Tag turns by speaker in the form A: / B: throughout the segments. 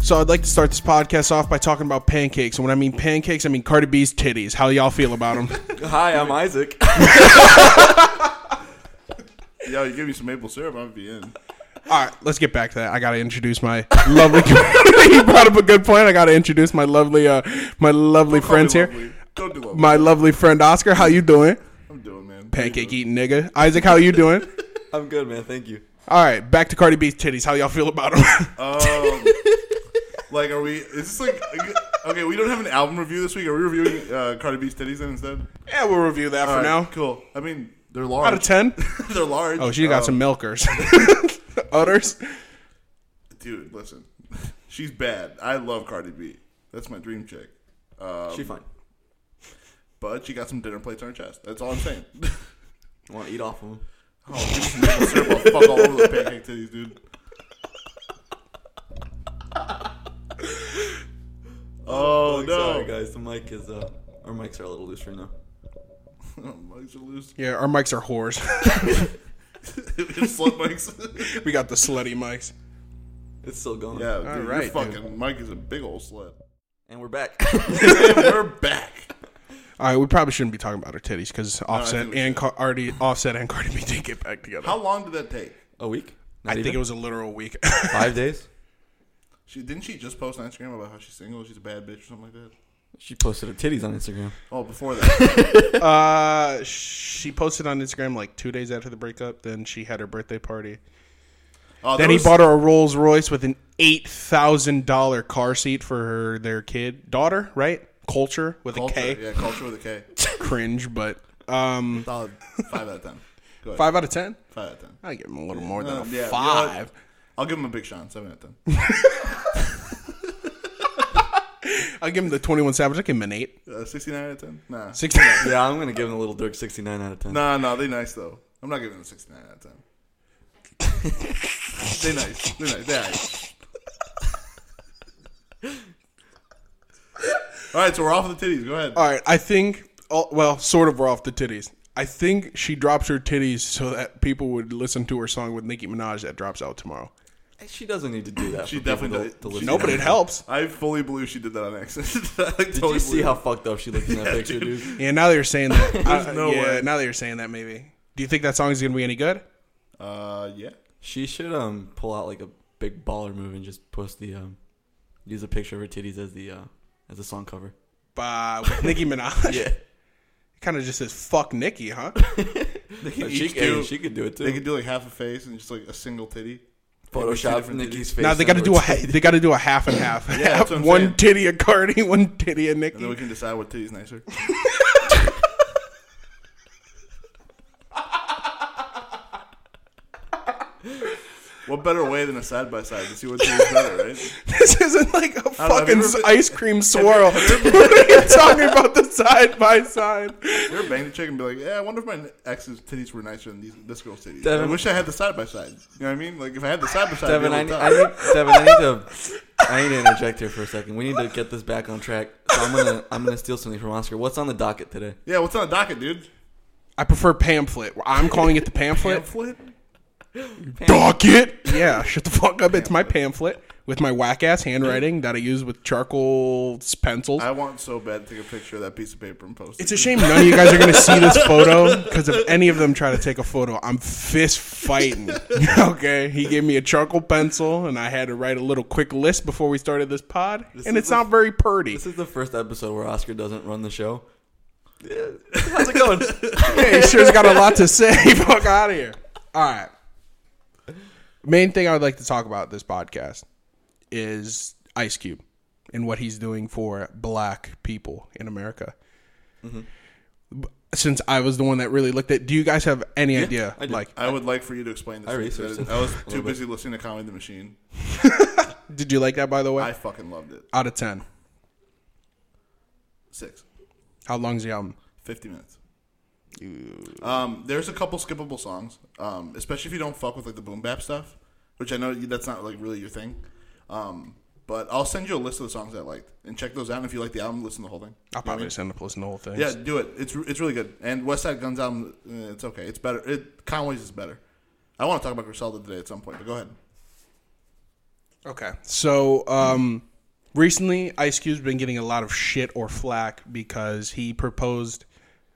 A: So I'd like to start this podcast off by talking about pancakes, and when I mean pancakes, I mean Cardi B's titties. How y'all feel about them?
B: Hi, I'm Isaac.
C: Yo, you give me some maple syrup, I'll be in.
A: All right, let's get back to that. I gotta introduce my lovely. you brought up a good point. I gotta introduce my lovely, uh, my lovely friends here.
C: Lovely. Don't do lovely.
A: My lovely friend Oscar, how you doing?
C: I'm doing, man.
A: Pancake eating nigga. Isaac, how you doing?
B: I'm good, man. Thank you.
A: All right, back to Cardi B's titties. How y'all feel about them?
C: Um, like, are we? Is this like? Okay, we don't have an album review this week. Are we reviewing uh, Cardi B's titties then instead?
A: yeah, we'll review that for
C: All right,
A: now.
C: cool. I mean, they're large.
A: Out of ten.
C: they're large.
A: Oh, she got some milkers, udders.
C: Uh, Dude, listen, she's bad. I love Cardi B. That's my dream chick. Um,
B: She fine.
C: but she got some dinner plates on her chest. That's all I'm saying.
B: You want to eat off of him?
C: oh, give me some maple syrup. I'll fuck all over the pancake titties, dude. Oh,
B: I'm
C: no!
B: Sorry, guys. The mic is uh, our mics are a little loose right now.
C: Oh, Mics are loose.
A: Yeah, our mics are whores.
C: Slut mics.
A: we got the slutty mics.
B: It's still going.
C: yeah, dude, your
A: right, dude.
C: fucking mic is a big old slut.
B: And we're back.
C: and we're back.
A: All right, we probably shouldn't be talking about her titties because Offset
C: think we
A: and Car- already Offset and Cardi B did get back together.
C: How long did that take?
B: a week?
A: I think it was a literal week.
B: five days.
C: She didn't she just post on Instagram about how she's single, she's a bad bitch or something like that?
B: She posted her titties on Instagram.
C: Oh, before that.
A: uh, she posted on Instagram like two days after the breakup. Then she had her birthday party.
C: Oh,
A: Then
C: there
A: he
C: was-
A: bought her a Rolls Royce with an eight thousand dollar car seat for her their kid daughter. Right? Culture with
C: culture.
A: a K.
C: Yeah, culture with a K.
A: Cringe, but um,
C: Solid five out of ten. Go ahead.
A: five out of ten.
C: Five out of ten.
A: I give him a little more than
C: Uh,
A: a
C: yeah, you know what?
A: five.
C: I'll give him a big Sean. Seven out of ten.
A: I give him the twenty one Savage. I give him an eight.
C: Uh, Sixty-nine out of ten. Nah.
A: Sixteen.
B: Yeah, I'm gonna give him a little Dirk 69 out of 10.
C: Nah, nah, they nice though. I'm not giving them 69 out of 10. they nice. They nice. They nice. All right, so we're off the titties. Go ahead.
A: All right, I think. oh, Well, sort of. We're off the titties. I think she drops her titties so that people would listen to her song with Nicki Minaj that drops out tomorrow.
B: She doesn't need to do that.
C: She
B: for people
C: definitely
B: to-
C: does-
B: to
C: she
B: listen
A: No, but
B: to
A: it
B: her.
A: helps.
C: I fully believe she did that on accident. I
B: Did you see how fucked up she looked in that picture, dude?
A: Yeah, now that you're saying that, I-
C: no
A: yeah,
C: way.
A: now that you're saying that, maybe. Do you think that song is gonna be any good?
C: Uh, yeah.
B: She should um pull out like a big baller move and just post the um use a picture of her titties as the uh as a song cover.
A: By with Nicki Minaj,
B: Yeah,
A: it kind of just says "fuck Nicki," huh?
C: They
B: she,
C: can each
B: hey,
C: do.
B: she could do it too.
C: They could do like half a face and just like a single titty.
B: Photoshop
C: different
B: Nikki's
C: titties.
B: face.
A: now they got to
B: and
A: do a
B: her
A: ha- they got to do a half and half.
C: that's what I'm
A: one
C: saying.
A: titty a Cardi, one titty a
C: And then we
A: Nicki.
C: can decide what titty's nicer. what better way than a side by side to see what titty's better, right?
A: This isn't like a
C: know, have you
A: fucking
C: ever been-
A: ice cream swirl. what are you talking about? The side by side.
C: You ever banged a chick and be like, "Yeah, I wonder if my ex's titties were nicer than these this girl's titties." I
B: Devin-
C: wish I had the side by side. You know what I mean? Like if I had the side by side,
B: Devin, I need, I need Devin, I need to I need to interject here for a second. We need to get this back on track. So I'm gonna I'm gonna steal something from Oscar. What's on the docket today?
C: Yeah, what's on the docket, dude?
A: I prefer pamphlet. I'm calling it the pamphlet.
C: Pamphlet.
A: Docket. Yeah, shut the fuck up. It's my pamphlet with my whack ass handwriting that I use with charcoal s- pencils.
C: I want so bad to take a picture of that piece of paper and post it.
A: It's a shame none of you guys are gonna see this photo because if any of them try to take a photo, I'm fist fighting. okay, he gave me a charcoal pencil and I had to write a little quick list before we started this pod, and
B: is
A: it's
B: a-
A: not very purty.
B: This is the first episode where Oscar doesn't run the show. Yeah. How's it going?
A: hey, he sure's got a lot to say. Fuck out of here. All right. Main thing I would like to talk about this podcast is Ice Cube and what he's doing for black people in America. B- Since I was the one that really looked at, do you guys have any idea?
B: I do.
A: Like,
C: I would like for you to explain this.
B: I
C: to me.
B: researched it
C: I was
B: a little
C: too
B: bit.
C: busy listening to Comedy the Machine.
A: did you like that? By the way,
C: I fucking loved it.
A: out of ten,
C: Six.
A: how long's the album?
C: 50 minutes. Um, there's a couple skippable songs, um, especially if you don't fuck with like the boom bap stuff, which I know you- that's not like really your thing. Um, but I'll send you a list of the songs I liked and check those out. And if you like the album, listen to the whole thing.
B: Ah,
A: I'll probably just end up listening to the whole thing.
C: Yeah, do it. It's it's really good. And West Side Guns album, eh, it's okay. It's better. It, Conway's is better. I want to talk about Griselda today at some point, but go ahead.
A: Okay. So, um, recently, Ice Cube's been getting a lot of shit or flack because he proposed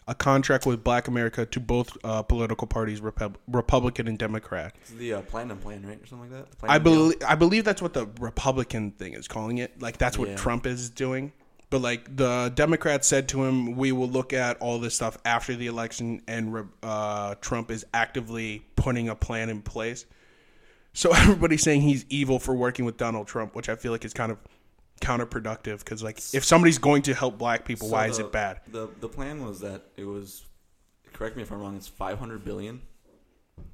A: a contract with Black America to both uh, political parties, Repub- Republican and Democrat.
B: It's the uh, platinum plan, right, or something like that. The
A: I
B: platinum deal.
A: believe I believe that's what the Republican thing is calling it. Like that's what
B: Yeah.
A: Trump is doing. But like the Democrats said to him, we will look at all this stuff after the election, and re- uh, Trump is actively putting a plan in place. So everybody's saying he's evil for working with Donald Trump, which I feel like is kind of counterproductive because like if somebody's going to help black people,
B: So
A: why
B: the,
A: is it bad?
B: The the plan was that it was, correct me if I'm wrong, it's 500 billion,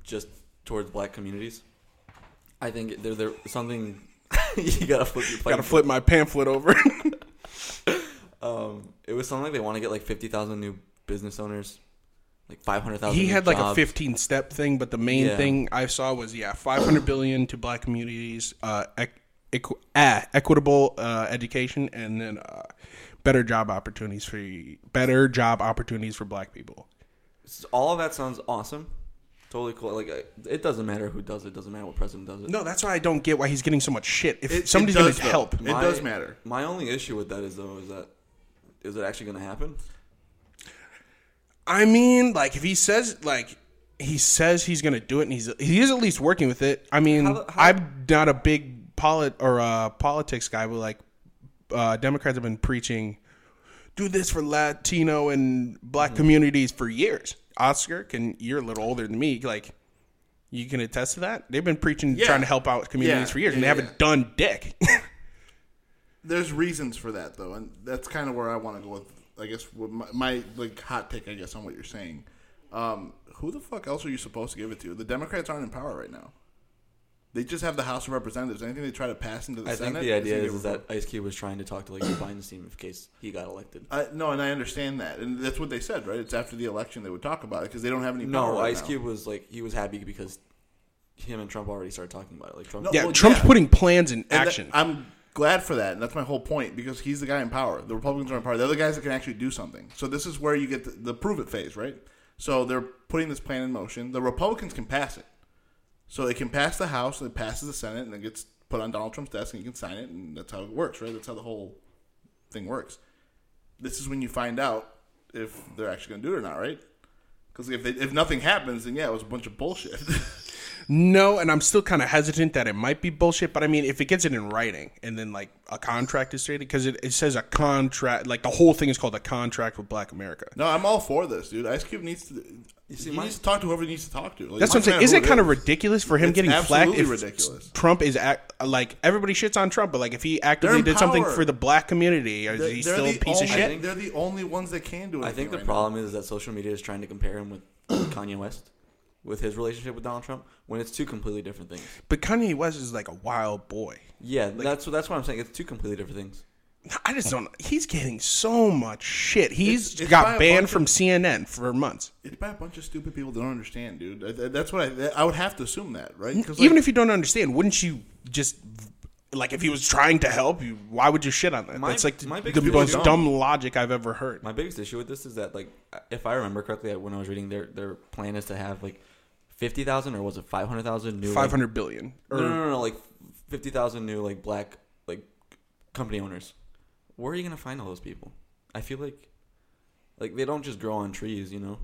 B: just towards black communities. I think there there something you gotta flip your plate.
A: Got to flip my pamphlet over.
B: Um, it was something like they want to get like 50,000 new business owners, like 500,000.
A: he
B: new
A: had like a
B: jobs.
A: 15 step thing but the main
B: Yeah.
A: thing i saw was yeah 500 billion to black communities uh, equ- equ- ah, equitable uh, education and then uh, better job opportunities for better job opportunities for black people
B: S- All of that sounds awesome. Totally cool. Like I- it doesn't matter who does it. Doesn't matter what president does it.
A: no that's why i don't get why he's getting so much shit if
C: It- it
A: somebody's going
C: does,
A: to
C: though.
A: help
C: It does matter.
B: My only issue with that is though is that is it actually going to happen?
A: i mean like if he says like he says he's going to do it and he's he is at least working with it i mean
B: How the- how-
A: i'm not a big polit or uh, politics guy but like uh, democrats have been preaching do this for Latino and black
C: Mm-hmm.
A: communities for years. Oscar, can you're a little older than me, like you can attest to that. They've been preaching
C: Yeah.
A: trying to help out communities
C: Yeah.
A: for years, and they
C: Yeah,
A: haven't done dick.
C: There's reasons for that though, and that's kind of where I want to go with. I guess with my, my like hot take, I guess, on what you're saying. Um, who the fuck else are you supposed to give it to? The Democrats aren't in power right now. They just have the House of Representatives. Anything they try to pass into the
B: I
C: Senate,
B: think the
C: is
B: idea
C: gonna
B: is,
C: get
B: that Ice Cube was trying to talk to like the Biden's team in case he got elected.
C: I, no, and I understand that, and that's what they said, right? It's after the election they would talk about it because they don't have any. power
B: No,
C: right
B: Ice
C: now.
B: Cube was like he was happy because him and Trump already started talking about it. Like Trump,
C: No,
A: yeah,
C: well,
A: Trump's
C: yeah.
A: putting plans in
C: And that-
A: action.
C: I'm glad for that, and that's my whole point because he's the guy in power. The Republicans are in power. They're the guys that can actually do something. So this is where you get the, the prove it phase, right? So they're putting this plan in motion. The Republicans can pass it, so it can pass the House, it passes the Senate, and it gets put on Donald Trump's desk, and he can sign it, and that's how it works, right? That's how the whole thing works. This is when you find out if they're actually going to do it or not, right? Because if they, if nothing happens, then yeah, it was a bunch of bullshit.
A: no, and I'm still kind of hesitant that it might be bullshit. But I mean, if it gets it in writing and then like a contract is stated, because it, it says a contract, like the whole thing is called a contract with Black America.
C: No, I'm all for this, dude. Ice Cube needs to.
B: see,
C: he
B: my-
C: needs to talk to whoever he needs to talk to. Like,
A: That's what I'm
C: doesn't
A: saying. Isn't it
C: matter
A: kind
C: who
A: of ridiculous for him
C: It's
A: getting flack?
C: absolutely
A: if
C: ridiculous.
A: Trump is act, like everybody shits on Trump, but like if he actively
C: in
A: did something
C: power.
A: for the black community, is
C: They're-
A: he
C: they're
A: still a
C: the
A: piece of
C: only-
A: shit?
B: think-
C: They're the only ones that can do it.
B: I think the problem is that social media is trying to compare him with Kanye West, with his relationship with Donald Trump, when it's two completely different things.
A: But Kanye West is like a wild boy.
B: Yeah, that's that's what I'm saying. It's two completely different things.
A: I just don't. He's getting so much shit. He's
C: It's- it's by
A: got
C: a
A: banned
C: bunch
A: from CNN for months.
C: It's by a bunch of stupid people that don't understand, dude. I- I- That's what I. that- I would have to assume that, right? Because
A: Even if you don't understand, wouldn't you just like if he was trying to help you? Why would you shit on that?
B: My-
A: That's like
B: my
A: the,
B: big
A: the
B: people
A: most
C: don't.
A: dumb logic I've ever heard.
B: My biggest issue with this is that, like, if I remember correctly, when I was reading, their their plan is to have like fifty thousand or was it five hundred thousand new
A: Five hundred billion. Or,
B: Like, no, no, no, no, like fifty thousand new like black like company owners. Where are you gonna find all those people? I feel like like they don't just grow on trees, you know.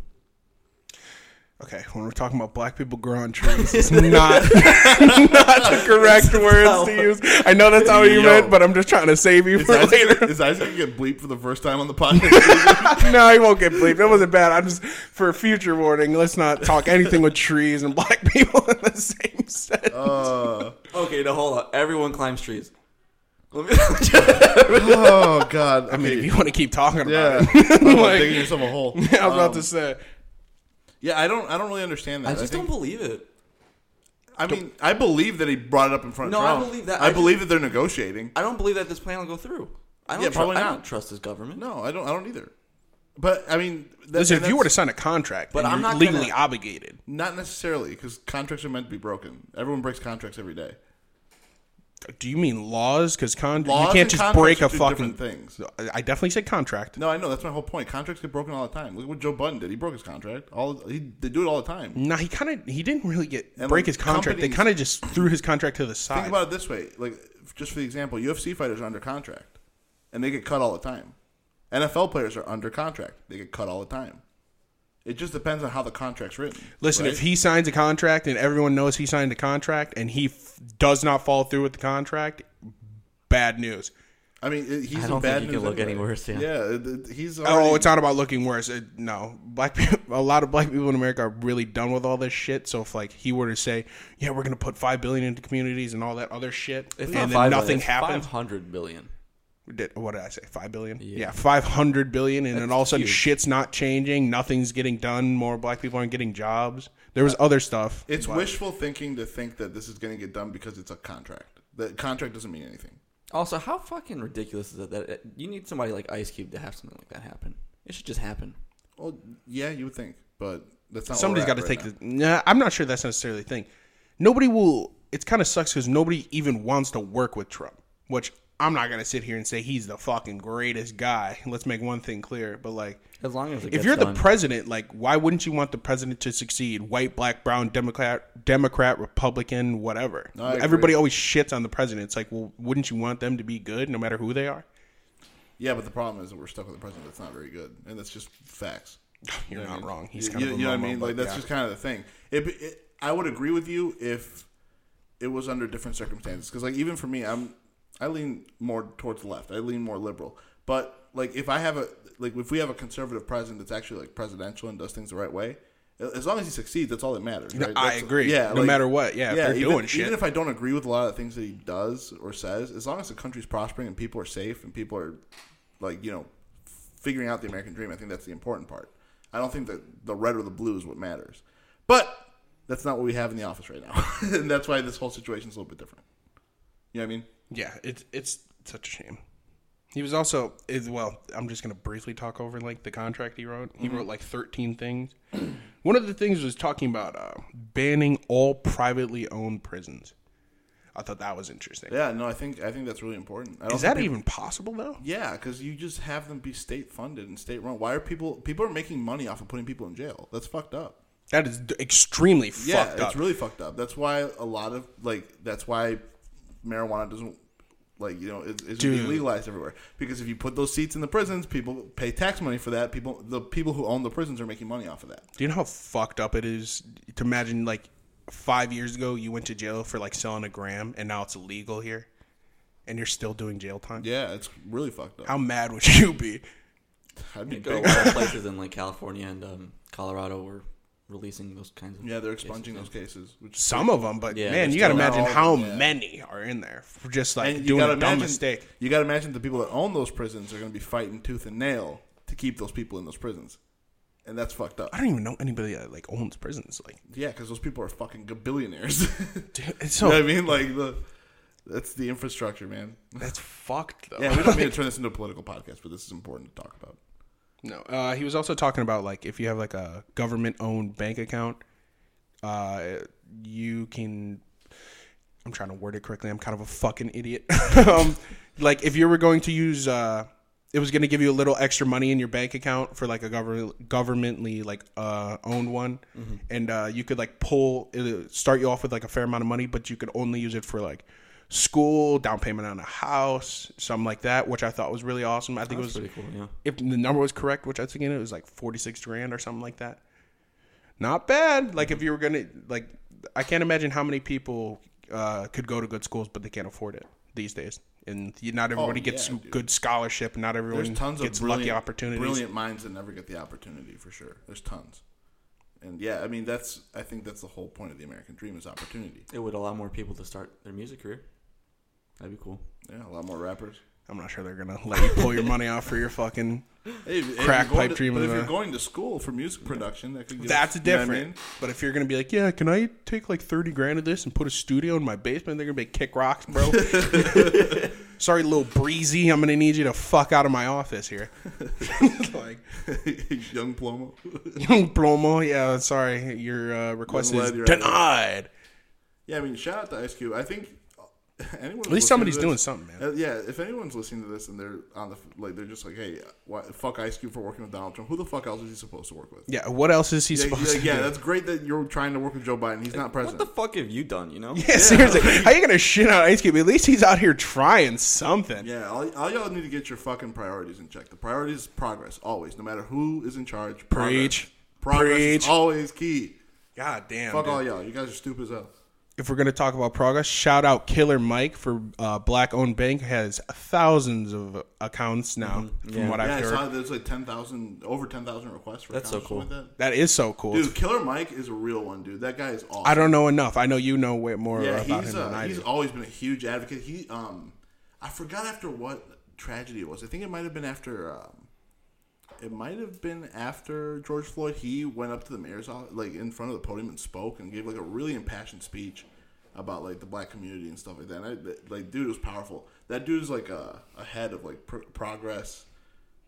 A: Okay, when we're talking about black people growing trees, it's not not the correct words to use. I know that's how you
C: Yo.
A: meant, but I'm just trying to save you
C: is
A: for
C: Isaac,
A: later.
C: is Isaac gonna get bleeped for the first time on the podcast?
A: no, he won't get bleeped. That wasn't bad. I'm just for future warning. Let's not talk anything with trees and black people in the same sentence.
C: Uh,
B: Okay, now hold on. Everyone climbs trees. Let me,
C: oh God! I
A: I mean, if
C: mean,
A: you want to keep talking about
C: yeah,
A: it,
C: Talk about
A: Like-
C: digging yourself a hole.
A: I was about
C: Um,
A: to say.
C: yeah, I don't. I don't really understand that.
B: I
C: I,
B: just
C: think,
B: don't believe it.
C: I mean, I believe that he brought it up in front
B: No,
C: of
B: I
C: Trump.
B: believe that.
C: I,
B: I
C: believe that they're negotiating.
B: I don't believe that this plan will go through. I don't
C: Yeah,
B: tru-
C: probably
B: I
C: not.
B: don't trust this government.
C: No, I don't. I don't either. But I mean, that,
A: Listen,
C: and
A: if you were to
C: that's
A: sign a contract,
B: But
A: then
B: I'm
A: you're
B: not
A: legally
B: gonna-
A: obligated.
C: not necessarily because contracts are meant to be broken. Everyone breaks contracts every day.
A: Do you mean laws? Because con- you
C: Laws
A: can't
C: and
A: just
C: contracts
A: break
C: are
A: a
C: two
A: fucking.
C: different things.
A: I- I definitely said contract.
C: No, I know that's my whole point. Contracts get broken all the time. Look what Joe Budden did. He broke his contract. All he, they do it all the time.
A: No, he kind of he didn't really get
C: And,
A: break
C: like,
A: his contract. They
C: companies-
A: kind of just threw his contract to the
C: Think
A: side.
C: about it this way: like, just for the example, UFC fighters are under contract, and they get cut all the time. NFL players are under contract; they get cut all the time. It just depends on how the contract's written.
A: Listen, if he signs a contract and everyone knows he signed a contract and he f- does not follow through with the contract, bad news.
C: I mean, it- he's
B: I
C: in
B: don't
C: bad
B: think you
C: news
B: can look
C: anyway.
B: any worse, yeah.
C: it- it- he's. Already,
A: Oh, it's not about looking worse. It, no, black people, a lot of black people in America are really done with all this shit. So if like he were to say, "Yeah, we're gonna put five billion into communities and all that other shit,"
B: It's
A: and
B: not five
A: nothing
B: billion, it's
A: happens,
B: 500 billion.
A: did, what did I say? Five billion? Yeah,
B: Yeah.
A: five hundred billion, and then all of a sudden
B: huge.
A: shit's not changing. Nothing's getting done. More black people aren't getting jobs. There
B: Uh,
A: was other stuff.
C: it's wishful thinking to think that this is going to get done because it's a contract. The contract doesn't mean anything.
B: Also, how fucking ridiculous is it that it, you need somebody like Ice Cube to have something like that happen? It should just happen.
C: Well, yeah, you would think, but that's not.
A: Somebody's
C: got
A: got to take the. Nah, I'm not sure that's necessarily the thing. Nobody will. It kind of sucks because nobody even wants to work with Trump, which I'm not gonna sit here and say he's the fucking greatest guy. Let's make one thing clear, but like.
B: As long as it
A: If
B: gets
A: you're the
B: done.
A: president, like, why wouldn't you want the president to succeed? White, black, brown, Democrat, Democrat, Republican, whatever.
C: I agree.
A: Everybody always shits on the president. It's like, well, wouldn't you want them to be good, no matter who they are?
C: Yeah, but the problem is that we're stuck with a president that's not very good, and that's just facts.
A: You're not wrong. He's
C: You-
A: kind
C: you,
A: of a
C: you know what I
A: Momo,
C: mean?
A: but
C: Like that's
A: yeah.
C: just kind of the thing. It, it, I would agree with you if it was under different circumstances. Because like even for me, I'm I lean more towards the left. I lean more liberal. But like if I have a like if we have a conservative president that's actually like presidential and does things the right way, a- as long as he succeeds, that's all that matters. Right?
A: I
C: That's-
A: agree. No matter what, yeah, if they're
C: even,
A: doing shit.
C: Even if I don't agree with a lot of the things that he does or says, as long as the country's prospering and people are safe and people are like you know figuring out the American dream. I think that's the important part. I don't think that the red or the blue is what matters. But that's not what we have in the office right now. and that's why this whole situation's a little bit different. You know what I mean?
A: Yeah, it's it's such a shame. He was also is- well. I'm just gonna briefly talk over like the contract he wrote. He
C: Mm-hmm.
A: wrote like 13 things. One of the things was talking about uh, banning all privately owned prisons. I thought that was interesting.
C: Yeah, no, I think I think that's really important. I don't
A: Is that
C: think
A: even possible though?
C: peop- Yeah, because you just have them be state funded and state run. Why are people people are making money off of putting people in jail? That's fucked up.
A: That is d- extremely
C: Yeah,
A: fucked
C: it's
A: up.
C: really fucked up. That's why a lot of like that's why marijuana doesn't like you know it, it's
A: Dude.
C: legalized everywhere because if you put those seats in the prisons, people pay tax money for that. People, the people who own the prisons are making money off of that.
A: Do you know how fucked up it is to imagine like five years ago you went to jail for like selling a gram and now it's illegal here, and you're still doing jail time?
C: Yeah, it's really fucked up.
A: How mad would you be?
C: I'd be
B: go a
C: big.
B: lot of places in like California and um, Colorado were releasing those kinds of
C: Yeah, they're expunging those cases. Which
A: Some of them, but
B: Yeah,
A: man,
B: they're
A: you got to
B: still-
A: imagine
C: Not
A: how
C: all- yeah.
A: many are in there for just like
C: and you
A: doing
C: gotta
A: a dumb
C: imagine
A: mistake.
C: you got to imagine the people that own those prisons are going to be fighting tooth and nail to keep those people in those prisons, and that's fucked up.
A: I don't even know anybody that like owns prisons. Like,
C: Yeah, because those people are fucking billionaires.
A: dude, it's
C: You
A: so
C: know what I mean? Like the that's the infrastructure, man.
A: that's fucked though.
C: Yeah, we don't mean to turn this into a political podcast, but this is important to talk about.
A: No, uh, he was also talking about like if you have like a government-owned bank account, uh, you can. I'm trying to word it correctly. I'm kind of a fucking idiot. um, like if you were going to use, uh, it was going to give you a little extra money in your bank account for like a govern governmentally like uh, owned one, and uh, you could like pull it'll start you off with like a fair amount of money, but you could only use it for like school, down payment on a house, something like that, which I thought was really awesome. I think it was
B: That's pretty cool, yeah.
A: if the number was correct, which I think it was like forty six grand or something like that. Not bad. Like if you were gonna like, I can't imagine how many people uh, could go to good schools, but they can't afford it these days. And you- not everybody gets
C: Oh, yeah, dude.
A: good scholarship. Not everyone
C: There's tons
A: gets
C: of brilliant,
A: lucky opportunities.
C: brilliant minds that never get the opportunity for sure. There's tons, and yeah, I mean that's I think that's the whole point of the American dream is opportunity.
B: It would allow more people to start their music career. That'd be cool.
C: Yeah, a lot more rappers.
A: I'm not sure they're gonna let you pull your money out for your fucking.
C: Hey, if- if you're
A: Crack
C: going
A: pipe
C: to-
A: dream
C: But
A: of
C: if you're
A: a-
C: going to school for music production, that could get
A: That's
C: you know what I
A: different.
C: mean?
A: But if you're gonna be like, yeah, can I take like thirty grand of this and put a studio in my basement? They're gonna be like, kick rocks, bro. Sorry, little breezy. I'm gonna need you to fuck out of my office here. like,
C: Young Plomo.
A: Plomo, yeah, sorry, your uh, request
C: Wasn't
A: is
C: glad you're
A: denied.
C: Yeah, I mean, shout out to Ice Cube. I think uh, anyone
A: At least somebody's doing something, man.
C: Uh, yeah, if anyone's listening to this and they're on the f- like, they're just like, hey, what, fuck Ice Cube for working with Donald Trump. Who the fuck else is he supposed to work with?
A: Yeah, what else is he
C: Yeah,
A: supposed
C: yeah,
A: to
C: yeah,
A: do?
C: that's great that you're trying to work with Joe Biden. He's not
B: What
C: president.
B: the fuck have you done? You know?
A: Yeah, seriously. How you gonna shit on Ice Cube? At least he's out here trying something.
C: yeah, all, all y'all need to get your fucking priorities in check. The priorities is progress always, no matter who is in charge. Progress.
A: Preach.
C: Progress
A: Preach.
C: is always key.
A: God damn.
C: Fuck
A: dude.
C: all y'all. You guys are stupid as hell.
A: If we're gonna talk about progress, shout out Killer Mike for uh, Black Owned Bank has thousands of accounts now. From what
C: Mm-hmm. yeah,
A: I've
C: I
A: heard,
C: saw there's like ten thousand, over ten thousand requests for
B: That's so
C: accounts or something
B: cool.
C: Like that.
A: that is so cool.
C: Dude, Killer Mike is a real one, dude. That guy is awesome.
A: I don't know enough. I know you know way more
C: Yeah,
A: about
C: he's
A: him
C: uh,
A: than I
C: he's
A: do.
C: always been a huge advocate. He um, I forgot after what tragedy it was. I think it might have been after um, it might have been after George Floyd. He went up to the mayor's office, like in front of the podium and spoke and gave like a really impassioned speech about like the black community and stuff like that. And I, that- like, dude it was powerful. That dude is like a, a head of like pr- progress.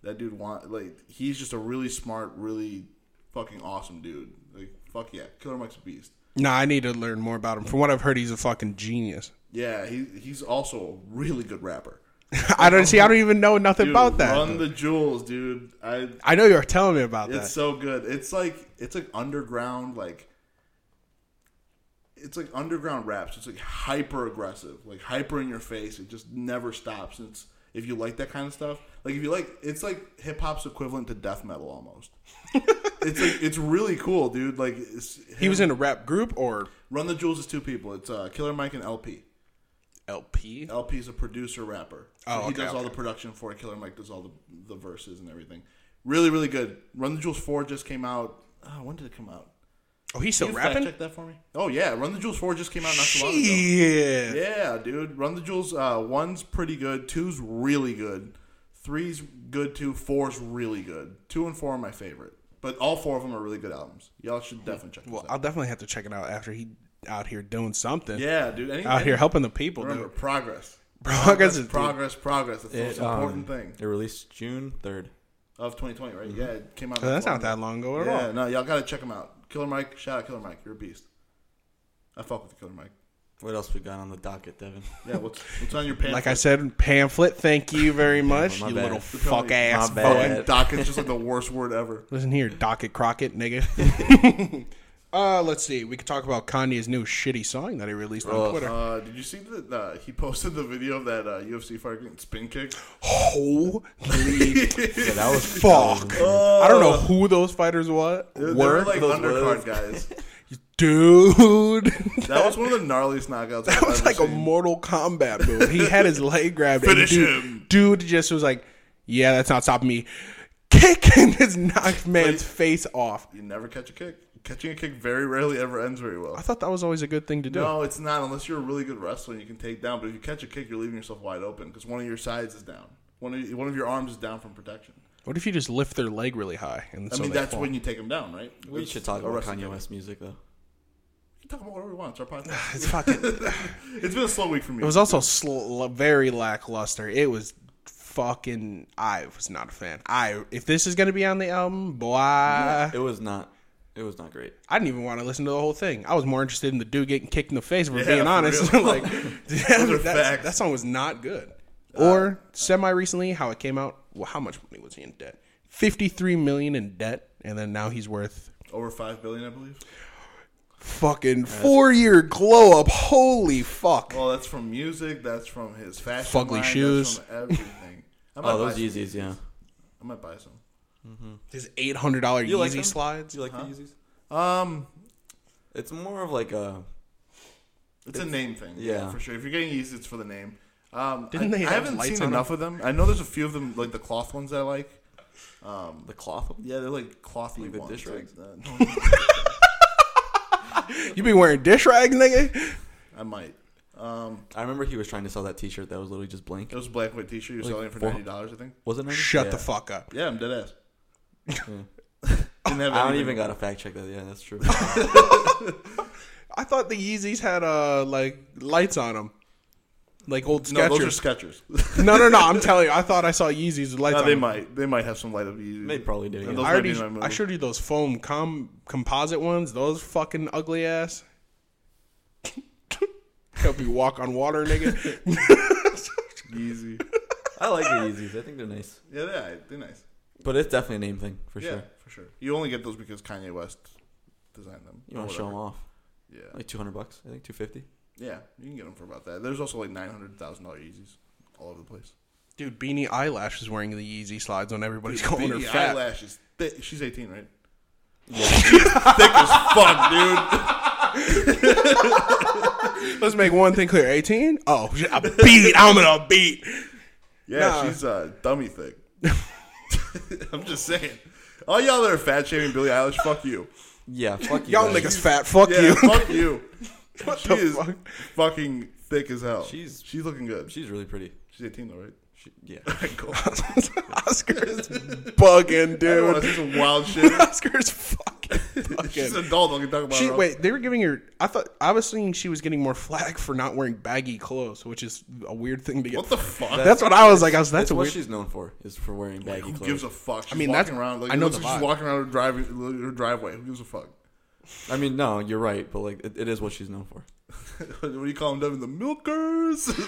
C: That dude want like he's just a really smart, really fucking awesome dude. Like fuck yeah, Killer Mike's a beast.
A: No, I need to learn more about him. From what I've heard, he's a fucking genius.
C: Yeah, he he's also a really good rapper.
A: I don't see. I don't even know nothing
C: Oh, Dude,
A: about that.
C: Run the jewels, dude. I
A: I know you were telling me about
C: it's
A: that.
C: so good. It's like it's like underground like it's like underground raps. It's like hyper aggressive, like hyper in your face. It just never stops. And it's if you like that kind of stuff, like if you like, it's like hip hop's equivalent to death metal almost. it's like it's really cool, dude. Like it's,
A: He was in a rap group or
C: Run the Jewels is two people. It's uh, Killer Mike and LP.
A: LP.
C: LP is a producer rapper. So
A: Oh,
C: he
A: okay,
C: does all
A: okay.
C: the production for it. Killer Mike does all the the verses and everything. Really, really good. Run the Jewels four just came out. Oh, when did it come out?
A: Oh, he's still
C: Can you fact
A: rapping.
C: check that for me. Oh yeah, Run the Jewels four just came out not too long ago.
A: Shit.
C: Yeah, dude. Run the Jewels uh, one's pretty good. Two's really good. Three's good too. Four's really good. Two and four are my favorite. But all four of them are really good albums. Y'all should definitely check.
A: Well,
C: this out.
A: I'll definitely have to check it out after he out here doing something.
C: Yeah, dude. Any,
A: Out here helping the people.
C: Remember
A: Dude.
C: progress.
A: Progress is-
C: progress, progress. That's the most
B: It, um,
C: important thing.
B: It released June third.
C: of 2020, right? Yeah, it came out.
A: Oh, that's not that long ago at
C: yeah,
A: all.
C: no, y'all gotta check him out. Killer Mike, shout out Killer Mike, you're a beast. I fuck with Killer Mike.
B: What else we got on the docket, Devin?
C: Yeah, what's what's on your pants?
A: Like I said, pamphlet. Thank you very much,
B: my
A: you
B: bad.
A: little
B: It's
A: fuck
C: only-
A: ass. fuck.
B: my bad.
C: fucking docket's just like the worst word ever.
A: Listen here, Docket Crockett, nigga. uh, let's see. We could talk about Kanye's new shitty song that he released on
B: Ugh.
A: Twitter.
C: Uh, did you see that uh, he posted the video of that uh, UFC fighter getting spin kicked?
A: Holy
B: Yeah, that was Uh.
A: fuck! I don't know who those fighters were.
C: They
A: were.
C: were like
B: those words?
C: undercard guys.
A: dude, that
C: That was one of the gnarliest knockouts. That
A: was like a Mortal Kombat move. He had his leg grabbed. and
C: Finish
A: dude,
C: him.
A: Dude just was like, "Yeah, that's not stopping me." Kicking his knocked man's face off.
C: you never catch a kick. Catching a kick very rarely ever ends very well.
A: I thought that was always a good thing to do.
C: No, it's not unless you're a really good wrestler and you can take down. But if you catch a kick, you're leaving yourself wide open because one of your sides is down. One of one of your arms is down from protection.
A: What if you just lift their leg really high? And
C: I
A: so
C: mean,
A: they
C: that's
A: fall?
C: when you take them down, right?
B: We
C: It's
B: should talk
C: a
B: about
C: wrestling
B: Kanye
C: thing.
B: West music though.
C: We can talk about whatever we want. It's our podcast.
A: it's fucking.
C: it's been a slow week for me.
A: It was also sl- very lackluster. It was fucking. I was not a fan. I if this is gonna be on the album, boy,
B: it was not. It was not great.
A: I didn't even want to listen to the whole thing. I was more interested in the dude getting kicked in the face. If we're
C: Yeah,
A: being
C: for
A: honest,
C: real.
A: like yeah,
C: Those are
A: that,
C: facts. Uh,
A: that song was not good. Or semi recently, how it came out. Well, how much money was he in debt? Fifty three million in debt, and then now he's worth
C: over five billion, I believe.
A: fucking four year glow up. Holy fuck!
C: Well, Oh, that's from music. That's from his fashion.
A: Fugly
C: line,
A: shoes.
C: That's from everything. I might
B: Oh, those
C: buy some
B: Yeezys, yeah.
C: I might buy some.
A: His eight hundred dollar
B: You like
A: Yeezy
B: them?
A: slides.
B: Do you like the Yeezys?
C: Um,
B: It's more of like uh, a.
C: It's, a name thing. Yeah.
B: yeah.
C: for sure. If you're getting Yeezys, it's for the name. Um,
A: Didn't
C: I,
A: they
C: I
A: have
C: haven't
A: lights
C: seen
A: on them?
C: enough of them. I know there's a few of them, like the cloth ones I like.
B: The cloth.
C: Yeah, they're like clothy
B: Like the
C: ones.
B: dish rags?
C: Like that.
A: You be wearing dish rags, nigga.
C: I might. Um,
B: I remember he was trying to sell that T-shirt that was literally just blank.
C: it was a black and white T-shirt. You're
B: Like
C: selling it for
B: four-
C: ninety dollars, I think.
B: Wasn't it?
A: Shut the
B: Yeah.
A: fuck up.
C: Yeah, I'm dead ass. Didn't have
B: I don't
C: anything.
B: even gotta fact check that. Yeah, that's true.
A: I thought the Yeezys had uh like lights on them, like old
C: No, those are
A: Skechers.
C: Skechers.
A: no, no, no. I'm telling you, I thought I saw Yeezys with lights
C: no,
A: on.
C: they
A: 'em.
C: might. They might have some light up Yeezys.
B: they probably did.
C: And
B: Yeah.
C: those
A: I
C: might be
A: already,
C: in my mood.
A: I showed you those foam com composite ones. Those fucking ugly ass. Help you walk on water, nigga.
C: Easy.
B: I like the Yeezys. I think they're nice.
C: Yeah, they're, alright. they're nice.
B: But it's definitely a name thing, for
C: yeah,
B: sure.
C: for sure. You only get those because Kanye West designed them.
B: You want
C: or
B: to show them
C: whatever.
B: off.
C: Yeah.
B: Like 200 bucks, I think, 250.
C: Yeah, you can get them for about that. There's also like nine hundred thousand dollar Yeezys all over the place.
A: Dude, Beanie Eyelash is wearing the Yeezy slides on everybody's
C: Dude,
A: calling her
C: Beanie
A: fat.
C: Eyelash is thick. She's eighteen, right? She's thick as fuck, dude.
A: Let's make one thing clear. 18? Oh, shit, a beat. I'm gonna beat.
C: Yeah,
A: Nah.
C: she's uh, dummy thick. I'm just saying. All y'all that are fat shaming Billie Eilish, fuck you.
B: Yeah, fuck you.
A: Y'all
B: guys.
A: niggas fat. Fuck
C: yeah,
A: you.
C: fuck you. she
A: the
C: is
A: fuck?
C: fucking thick as hell.
B: She's-
C: she's looking good.
B: She's really pretty.
C: She's 18 though, right?
B: She, yeah.
C: Alright, cool.
A: Oscar's bugging,
C: I don't want
A: dude.
C: to see some wild shit.
A: Oscar's fucking
C: She's
A: bugging.
C: an adult. I can talk about
A: She,
C: her.
A: wait, they were giving her. I thought I was thinking she was getting more flack for not wearing baggy clothes, which is a weird thing to get.
C: What the fuck?
A: that's what I was like. I was
B: That's
A: that's a
B: what
A: weird.
B: she's known for, is for wearing baggy
C: Who
B: clothes.
C: gives a fuck? She's I
A: mean,
C: mean, walking
A: that's-
C: around. Like,
A: I
C: I
A: know
C: know
A: the
C: she's
A: vibe.
C: walking around her, driving, her driveway. Who gives a fuck?
B: I mean, no, you're right, but like, it, it is what she's known for.
C: what do you call them? Devin? The milkers.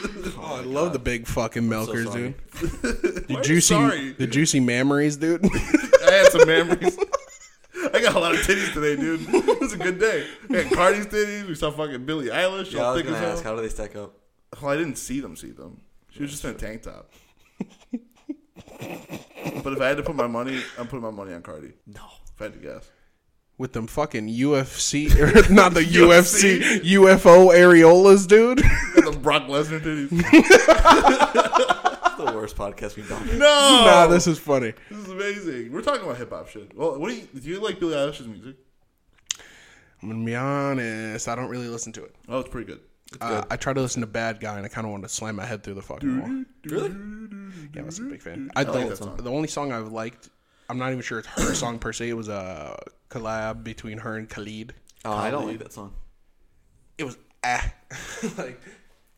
A: Oh, I love the big fucking milkers, dude.
B: sorry.
C: Why
A: The
C: are you
A: juicy,
C: Sorry,
A: the juicy mammaries, dude.
C: I had some memories. I got a lot of titties today, dude. It was a good day. We had Cardi's titties. We saw fucking Billie Eilish.
B: Yeah, I
C: all
B: was
C: thick
B: gonna
C: as hell.
B: ask, how do they stack up?
C: Well, I didn't see them see them. She was just in a tank top. but if I had to put my money, I'm putting my money on Cardi.
B: No.
C: If I had to guess.
A: with them fucking UFC, or not the UFC, UFO areolas, dude.
C: Got the Brock Lesnar titties.
B: That's the worst podcast we've done.
C: No! Oh.
A: nah, this is funny.
C: This is amazing. We're talking about hip hop shit. Well, what do you do? You like Billie Eilish's music?
A: I'm gonna be honest. I don't really listen to it.
C: Oh, it's pretty good.
A: Uh, I try to listen to Bad Guy, and I kind of want to slam my head through the fucking wall.
B: Really?
A: Yeah, I was a big fan. I, the,
C: like that song.
A: the only song I've liked, I'm not even sure it's her song per se. It was a collab between her and Khalid.
B: Oh, I don't like that song.
A: It was ah, like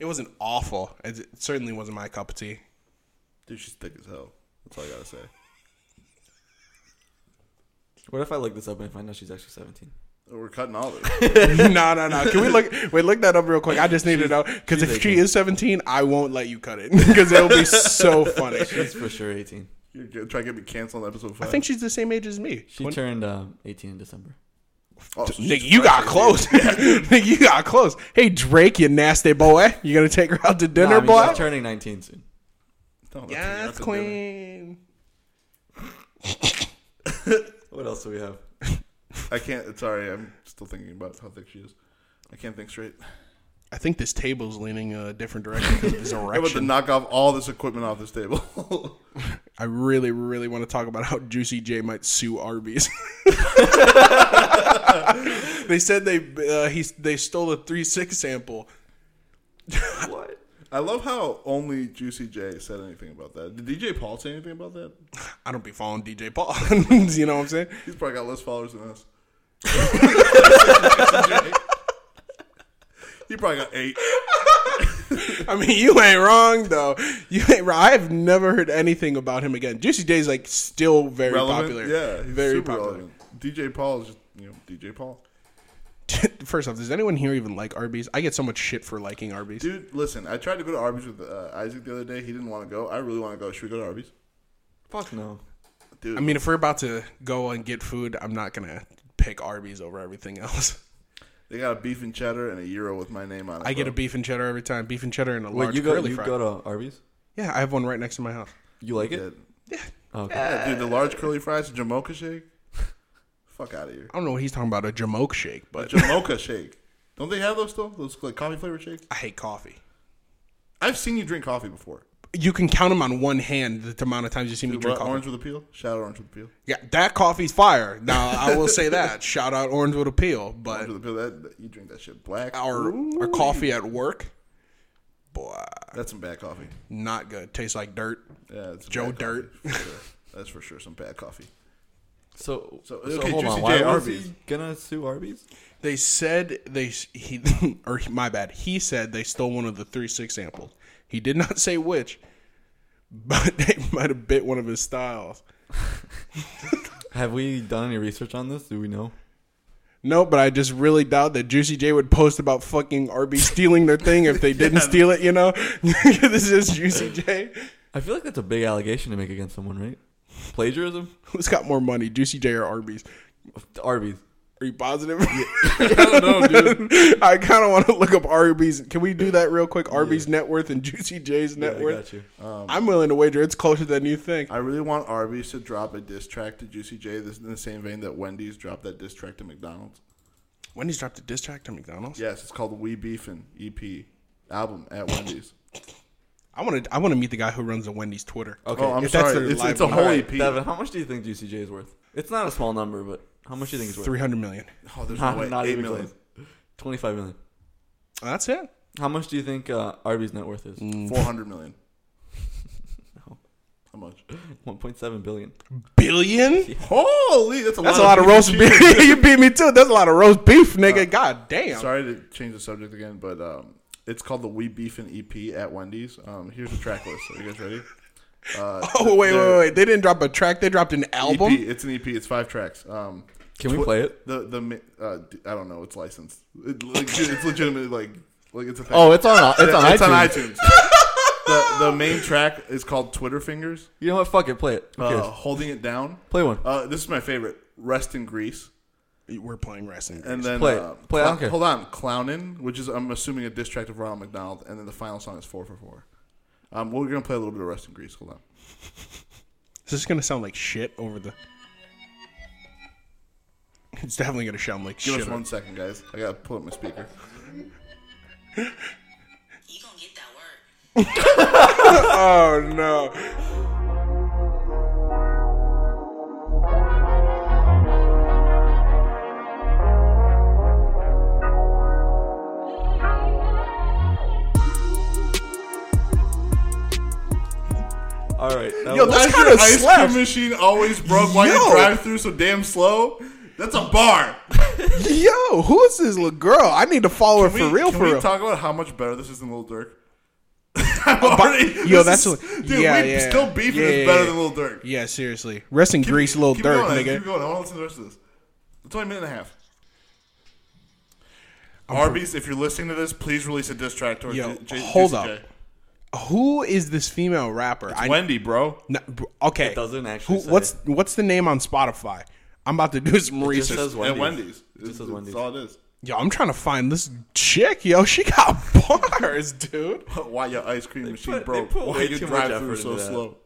A: it wasn't awful. It it certainly wasn't my cup of tea.
C: Dude, she's thick as hell. That's all I gotta say.
B: What if I look this up and I find out she's actually 17?
C: We're cutting all this.
A: no, no, no. Can we look? Wait, look that up real quick. I just need to know because if she is 17, I won't let you cut it because it'll be so funny.
B: She's for sure 18.
C: You're gonna try to get me canceled on episode
A: I
C: five.
A: think she's the same age as me.
B: She
A: When-
B: turned um, 18 in December.
C: oh, so
A: Nigga,
C: she's
A: you got
C: fresh,
A: close. Nigga, you got close. Hey, Drake, you nasty boy. You gonna take her out to dinner,
B: Nah, I mean,
A: boy?
B: She's turning 19 soon.
C: dude. No, that's-
A: yes,
C: that's a dinner.
A: queen.
B: What else do we have?
C: I can't. Sorry, I'm still thinking about how thick she is. I can't think straight.
A: I think this table's leaning a different direction because of this
C: I'm about to
A: erection.
C: knock off all this equipment off this table.
A: I really, really want to talk about how Juicy J might sue Arby's. they said they uh, he they stole a three six sample.
B: what?
C: I love how only Juicy J said anything about that. Did DJ Paul say anything about that?
A: I don't be following DJ Paul. you know what I'm saying?
C: He's probably got less followers than us. he probably got eight.
A: I mean, you ain't wrong though. You ain't wrong. I've never heard anything about him again. Juicy J's like still very
C: relevant.
A: popular.
C: Yeah, he's
A: very
C: super
A: popular.
C: relevant. DJ Paul is just you know DJ Paul.
A: First off, does anyone here even like Arby's? I get so much shit for liking Arby's.
C: Dude, listen, I tried to go to Arby's with uh, Isaac the other day. He didn't want to go. I really want to go. Should we go to Arby's?
B: Fuck no.
C: Dude,
A: I mean, if we're about to go and get food, I'm not gonna pick Arby's over everything else.
C: they got a beef and cheddar and a euro with my name on it.
A: I get a
C: bro.
A: beef and cheddar every time. Beef and cheddar and a
B: Wait,
A: large
B: you go,
A: curly
B: you
A: fry.
B: go to Arby's?
A: yeah, I have one right next to my house.
B: You like it?
C: Yeah.
B: Okay.
C: Yeah, dude, the large curly fries, the Jamocha shake. Fuck out of here.
A: I don't know what he's talking about a Jamoke shake,
C: The
A: but
C: Jamocha shake. Don't they have those still? Those like coffee flavored shakes?
A: I hate coffee.
C: I've seen you drink coffee before.
A: You can count them on one hand the amount of times you see me
C: Dude,
A: drink
C: what,
A: coffee.
C: orange with a peel? Shout out orange with a peel.
A: Yeah, that coffee's fire. Now I will say that. Shout out Orangewood Appeal, but
C: Orange with a peel. That, that- you drink that shit black.
A: our our coffee at work, boy,
C: That's some bad coffee.
A: not good. Tastes like dirt.
C: Yeah, it's
A: Joe
C: bad coffee,
A: Dirt.
C: for sure. That's for sure some bad coffee.
B: So, so,
C: So, okay,
B: hold
C: Juicy
B: on.
C: J
B: Why was
C: Arby's.
B: he gonna sue Arby's?
A: They said they he or he- my bad. He said they stole one of the three six samples. He did not say which, but they might have bit one of his styles.
B: Have we done any research on this? Do we know?
A: No, but I just really doubt that Juicy J would post about fucking RB stealing their thing if they didn't steal it, you know? this is Juicy J.
B: I feel like that's a big allegation to make against someone, right? Plagiarism?
A: Who's got more money, Juicy J or Arby's?
B: Arby's.
A: Are you positive?
C: I don't know, dude.
A: I kind of want to look up Arby's. Can we do that real quick? Arby's net worth and Juicy J's net
B: Yeah, I
A: worth.
B: got you.
A: I'm willing to wager it's closer than you think.
C: I really want Arby's to drop a diss track to Juicy J. This in the same vein that Wendy's dropped that diss track to McDonald's.
A: Wendy's dropped a diss track to McDonald's.
C: Yes, it's called We Beefin' EP album at Wendy's.
A: I want to. I want to meet the guy who runs the Wendy's Twitter.
B: Okay.
C: oh, I'm
A: if that's
C: sorry.
A: their
C: It's,
A: live
C: it's a
A: one.
C: whole
B: Alright,
C: EP.
B: Devin, how much do you think GCJ is worth? It's not a small number, but how much do you think it's worth?
A: Three hundred million.
C: Oh, there's
B: Not,
C: no way.
B: not
C: Eight
B: even
C: million.
B: close. Twenty-five million.
A: That's it.
B: How much do you think uh, Arby's net worth is?
C: Four hundred million.
B: No.
C: How much?
B: One point seven billion.
A: Billion.
C: Holy, that's a
A: That's a lot
C: lot.
A: of
C: beef
A: roast
C: and
A: beef.
C: cheese.
A: you beat me too. That's a lot of roast beef, nigga. God damn.
C: Sorry to change the subject again, but um, it's called the We Beefin' EP at Wendy's. Um, here's the track list. Are you guys ready? Uh,
A: Oh wait, wait,
C: they're-
A: wait, wait. They didn't drop a track. They dropped an album.
C: EP, it's an EP. It's five tracks. Um,
B: Can we
C: twi-
B: play it?
C: The the mi- uh, d- I don't know. It's licensed. It, like, it's legitimately like like it's a thing.
B: Oh, it's on. It's on.
C: it's
B: iTunes.
C: on iTunes. the the main track is called Twitter Fingers.
B: You know what? Fuck it. Play it. Who
C: Uh,
B: cares?
C: holding it down.
B: play one.
C: Uh, this is my favorite. Rest in Greece,
A: We're playing wrestling.
C: and then
B: Play it.
C: uh,
B: Play it.
C: Clown-
B: I don't care.
C: Hold on, clownin, which is I'm assuming a diss track of Ronald McDonald, and then the final song is four for four. Um, we're gonna play a little bit of Rest in Greece. Hold on.
A: Is this gonna sound like shit over the? It's definitely gonna sound like
C: Give
A: shit.
C: us one second, guys. I gotta pull up my speaker.
D: You gonna get that work.
A: Oh no!
B: All right. That
A: Yo,
B: was-
A: that's
C: Why is
A: kinda
C: your ice
A: slaps.
C: cream machine always broke while you
A: Yo.
C: drive through so damn slow. That's a bar.
A: Yo, who is this little girl? I need to follow her
C: We-
A: for real.
C: Can
A: For
C: we
A: real.
C: talk about how much better this is than Little Dirk? I'm already,
A: yo,
C: this
A: that's
C: is-
A: a-
C: dude.
A: yeah,
C: we
A: yeah.
C: still beefing
A: Yeah,
C: is
A: yeah,
C: better
A: yeah.
C: than Little Dirk.
A: yeah, seriously. Rest in Greece, little
C: Keep
A: dirt,
C: going,
A: nigga.
C: Keep going. I want to listen to the rest of this. It's only a minute and a half. Arby's, if you're listening to this, please release a diss track towards
A: Yo,
C: J- J-
A: hold
C: JCJ.
A: up. Who is this female rapper? I
C: Wendy, bro.
A: no, br- okay.
B: It doesn't actually say.
A: What's what's the name on Spotify? I'm about to do some
B: just
A: research.
B: says
C: At Wendy's.
B: It just says
C: That's
B: Wendy's.
C: all it is.
A: yo, I'm trying to find this chick. Yo, she got bars, dude.
C: Why your ice cream machine
B: put- they
C: broke?
B: put
C: Why
B: way
C: you
B: too much
C: drive
B: effort
C: through so
B: into that.
C: slow?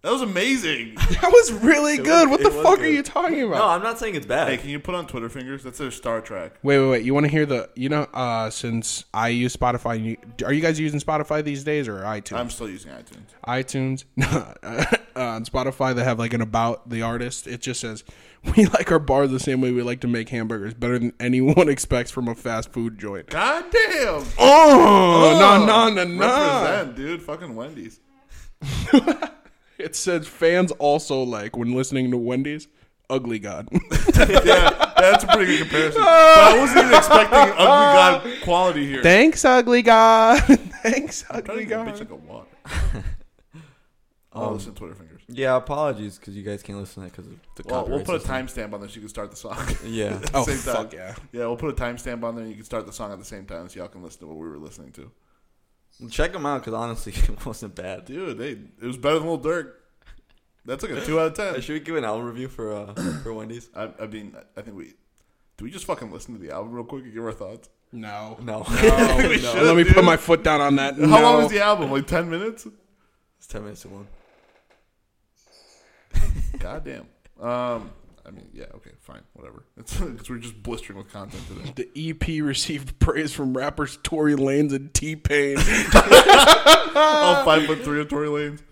C: That was amazing.
A: That was really good. what
B: it
A: the
B: was
A: fuck are
B: good.
A: you talking about?
B: No, I'm not saying it's bad.
C: hey, can you put on Twitter fingers? That's their star track.
A: Wait, wait, wait. You want to hear the, you know, uh, since I use Spotify, you- are you guys using Spotify these days or iTunes?
C: I'm still using iTunes.
A: iTunes? uh, on Spotify, they have like an about the artist. It just says, we like our bars the same way we like to make hamburgers, better than anyone expects from a fast food joint.
C: God damn.
A: Oh, no, no, no, no.
C: Represent, dude. Fucking Wendy's.
A: It says fans also like when listening to Wendy's, Ugly God.
C: yeah, that's a pretty good comparison. But I wasn't even expecting ugly god quality here.
A: Thanks, Ugly God. Thanks,
C: Trying to
A: Ugly
C: give a bitch
A: God.
C: like a water. Oh, listen, to Twitter fingers.
B: yeah, apologies because you guys can't listen to that because of the
C: Well, we'll
B: copyright
C: put a
B: system.
C: timestamp on there so you can start the song.
B: Yeah.
C: At the
A: Oh,
C: same time.
A: fuck yeah.
C: Yeah, we'll put a timestamp on there and you can start the song at the same time so y'all can listen to what we were listening to.
B: Check them out because honestly, it wasn't bad.
C: Dude, they, it was better than Little Dirk. That's like a 2 out of 10.
B: Uh, Should we give an album review for uh, for Wendy's?
C: I, I mean, I think we. Do we just fucking listen to the album real quick and give our thoughts?
A: No.
B: No,
C: We
B: no.
C: should,
A: Let me
C: dude.
A: put my foot down on that.
C: How
A: No.
C: long is the album? Like 10 minutes?
B: It's ten minutes too long.
C: God damn. Um, I mean, yeah, okay, fine, whatever. It's because we're just blistering with content today.
A: The EP received praise from rappers Tory Lanez and T Pain
C: oh, five foot three of Tory Lanes.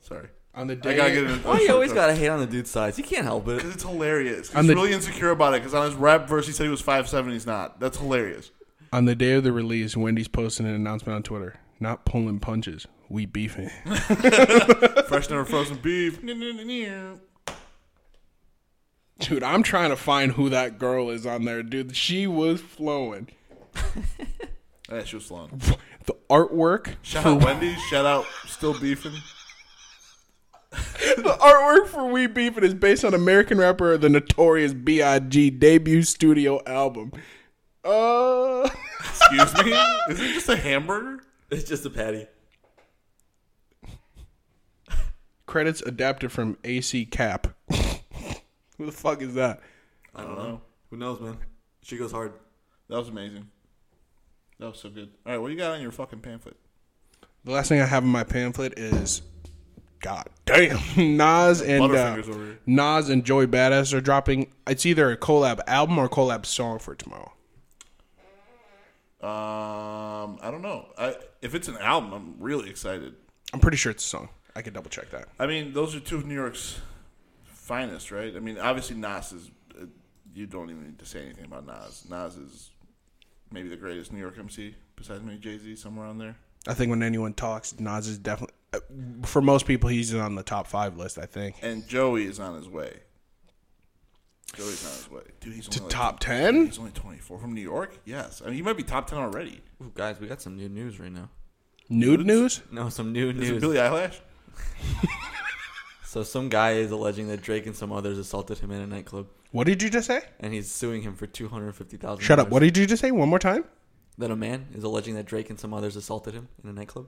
C: Sorry,
A: on the day
C: I gotta get it.
B: Why you always gotta hate on the dude's size? You can't help it.
C: Because it's hilarious. He's
A: I'm the-
C: really insecure about it. Because on his rap verse, he said he was five seven. He's not. That's hilarious.
A: on the day of the release. Wendy's posted an announcement on Twitter: "Not pulling punches, we beefing."
C: Fresh never frozen beef.
A: Dude, I'm trying to find who that girl is on there, dude. She was flowing.
C: Yeah, she was slung.
A: The artwork.
C: Shout out Wendy. Shout out still beefing.
A: The artwork for We Beefin' is based on American rapper The Notorious B.I.G. debut studio album. Uh,
C: Excuse me? Is it just a hamburger?
B: It's just a patty.
A: credits adapted from AC Cap. Who the fuck is that?
B: I don't know. Who knows, man? She goes hard.
C: That was amazing. That was so good. All right, what you got on your fucking pamphlet?
A: The last thing I have in my pamphlet is God damn Nas and uh,
C: Butterfingers over here.
A: Nas and Joey Badass are dropping. It's either a collab album or a collab song for tomorrow.
C: Um, I don't know. I, if it's an album, I'm really excited.
A: I'm pretty sure it's a song. I could double check that.
C: I mean, those are two of New York's finest, right? I mean, obviously Nas is. Uh, you don't even need to say anything about Nas. Nas is maybe the greatest New York MC besides maybe Jay Z somewhere on there.
A: I think when anyone talks, Nas is definitely uh, for most people he's on the top five list. I think
C: And Joey is on his way. Joey's on his way. Dude, he's only like-
A: top ten.
C: He's only 24 from New York. Yes, I mean, he might be top 10 already.
B: Ooh, guys, we got some new news right now.
A: Nude news.
B: No, some new
C: Is it
B: news.
C: Billie Eilish?
B: so some guy is alleging that Drake and some others assaulted him in a nightclub,
A: What did you just say?
B: and he's suing him for two hundred fifty thousand.
A: Shut up. What did you just say? One more time.
B: That a man is alleging that Drake and some others assaulted him in a nightclub.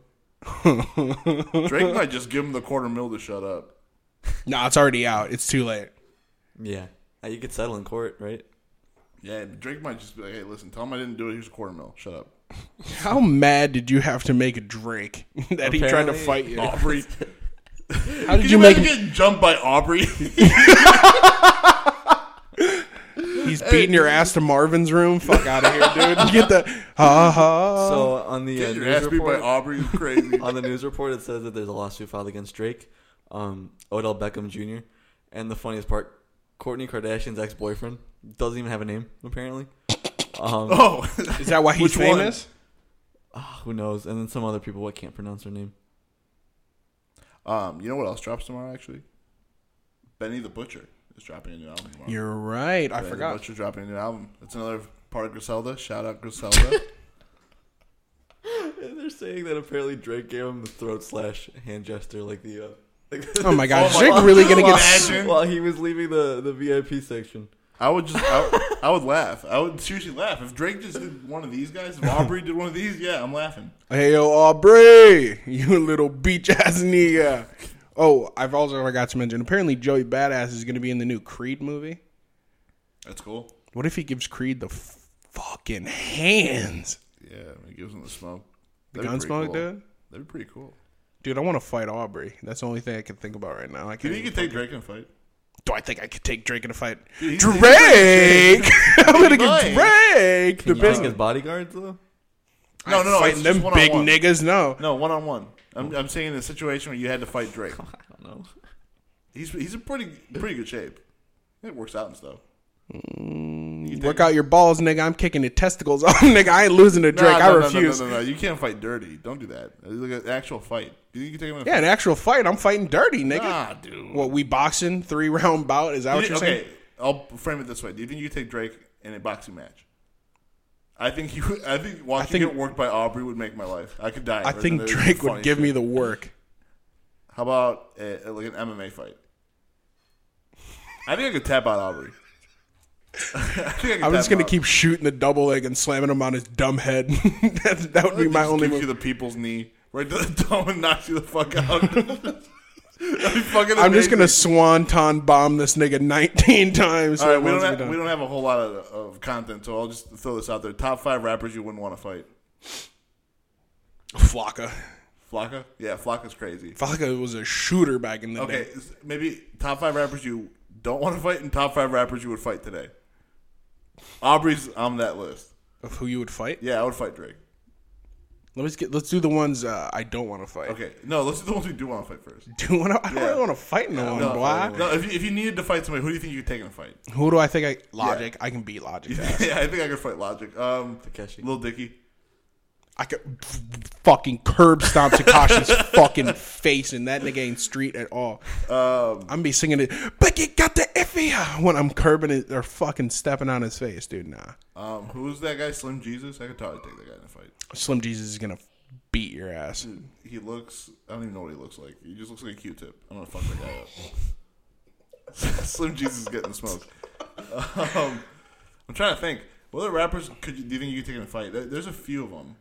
C: Drake might just give him the quarter mil to shut up.
A: Nah, it's already out. It's too late.
B: Yeah, Uh, you could settle in court, right?
C: Yeah, Drake might just be like, hey, listen, tell him I didn't do it. Here's a quarter mil. Shut up.
A: How mad did you have to make Drake that he tried to
B: Apparently-
A: fight you?
C: Aubrey.
A: How did
C: Can
A: you
C: you
A: make?
C: imagine getting jumped by Aubrey?
A: He's beating your ass to Marvin's room. Fuck out of here, dude. Get the ha ha.
B: So on the uh,
C: Your
B: news
C: ass beat by
B: report,
C: Aubrey is crazy.
B: on the news report, it says that there's a lawsuit filed against Drake, um, Odell Beckham Jr., and the funniest part, Courtney Kardashian's ex-boyfriend doesn't even have a name apparently. Um,
C: oh,
A: Is that why he's
C: Which one?
A: famous?
B: who knows? And then some other people, I can't pronounce their name.
C: um, you know what else drops tomorrow? Actually, Benny the Butcher is dropping a new album tomorrow.
A: You're right. I
C: Benny the
A: forgot.
C: Butcher dropping a new album. That's another part of Griselda. Shout out Griselda.
B: And they're saying that apparently Drake gave him the throat slash hand gesture, like the. Uh, like
A: Oh my god,
C: Oh
A: Drake
C: my
A: really gonna get?
C: God.
A: s-
C: Imagine.
B: While he was leaving the, the VIP section.
C: I would just, I, would- I would laugh. I would seriously laugh if Drake just did one of these guys. If Aubrey did one of these, yeah, I'm laughing.
A: Hey yo, Aubrey, you little beach ass nigga. Oh, I've also forgot to mention. Apparently, Joey Badass is gonna be in the new Creed movie.
C: That's cool.
A: What if he gives Creed the f- fucking hands?
C: Yeah, I mean, it gives him the smoke.
A: The
C: That'd be
A: gun
C: pretty
A: smoke,
C: cool.
A: dude.
C: That'd be pretty cool.
A: Dude, I want to fight Aubrey. That's the only thing I can think about right now. I
C: Do
A: can't
C: you think you
A: even-
C: could take Drake in a fight?
A: Do I think I could take Drake in a fight?
C: Dude, he's-
A: Drake, I'm gonna give
C: might.
A: Drake the
B: Can you take his
A: business.
B: bodyguards though?
C: No, no, no.
A: fighting
C: it's just
A: them big
C: one-on-one.
A: niggas. No,
C: No, one on one. I'm, I'm saying in a situation where you had to fight Drake.
B: I don't know.
C: He's he's in pretty pretty good shape. It works out and stuff.
A: work out your balls, nigga. I'm kicking your testicles off, nigga. I ain't losing to Drake.
C: Nah,
A: I
C: no, no, no,
A: refuse.
C: No, no, no, You can't fight dirty. Don't do that. It's like an actual fight. Do you think you can take him?
A: Yeah,
C: In
A: an actual fight. I'm fighting dirty,
C: a
A: nigga.
C: fight? Nah, dude.
A: What we boxing three round bout? Is that
C: Do
A: what
C: you-
A: you're
C: okay,
A: saying?
C: I'll frame it this way. Do you think you could take Drake in a boxing match? I think you. I think watching
A: think-
C: get worked by Aubrey would make my life. I could die.
A: I
C: right
A: think
C: there.
A: Drake
C: Funny
A: would give
C: shit.
A: me the work.
C: How about a, like an MMA fight? I think I could tap out Aubrey. I think I could
A: I'm just
C: tap
A: gonna
C: out.
A: keep shooting the double leg and slamming him on his dumb head. that, that would be my
C: Just
A: only. move.
C: gives you the people's knee right to the dome and knocks you the fuck out. That'd be fucking
A: I'm just
C: amazing.
A: gonna swanton bomb this nigga 19 times.
C: All
A: so
C: right, we
A: once
C: don't
A: we're
C: have,
A: done.
C: we don't have a whole lot of, of content, so I'll just throw this out there. Top five rappers you wouldn't want to fight.
A: Flocka.
C: Flocka? Yeah, Flocka's crazy.
A: Flocka was a shooter back in the
C: Okay,
A: day.
C: is- maybe top five rappers you don't want to fight and top five rappers you would fight today. Aubrey's on that list.
A: Of who you would fight?
C: Yeah, I would fight Drake.
A: Let me just get. Let's do the ones uh, I don't want to fight.
C: Okay, no, let's do the ones we do want to fight first.
A: Do you wanna, I don't
C: Yeah.
A: really want to fight no one,
C: No,
A: boy.
C: no if, you, if you needed to fight somebody, who do you think you could take in a fight?
A: Who do I think I Logic? I can beat Logic.
C: yeah, I think I could fight Logic. Um,
B: Takeshi.
C: Lil Dicky.
A: I could f- fucking curb stomp Takashi's fucking face, and that nigga ain't street at all.
C: Um,
A: I'm gonna be singing it. Becky got the iffy when I'm curbing it or fucking stepping on his face, dude. Nah,
C: Um, who's that guy? Slim Jesus. I could totally take that guy in a fight.
A: Slim Jesus is gonna beat your ass.
C: He looks. I don't even know what he looks like. He just looks like a Q-tip. I'm gonna fuck that guy up. Slim Jesus is getting the smoke. Um, I'm trying to think. What other rappers could you, do you think you could take in a fight? There- There's a few of them.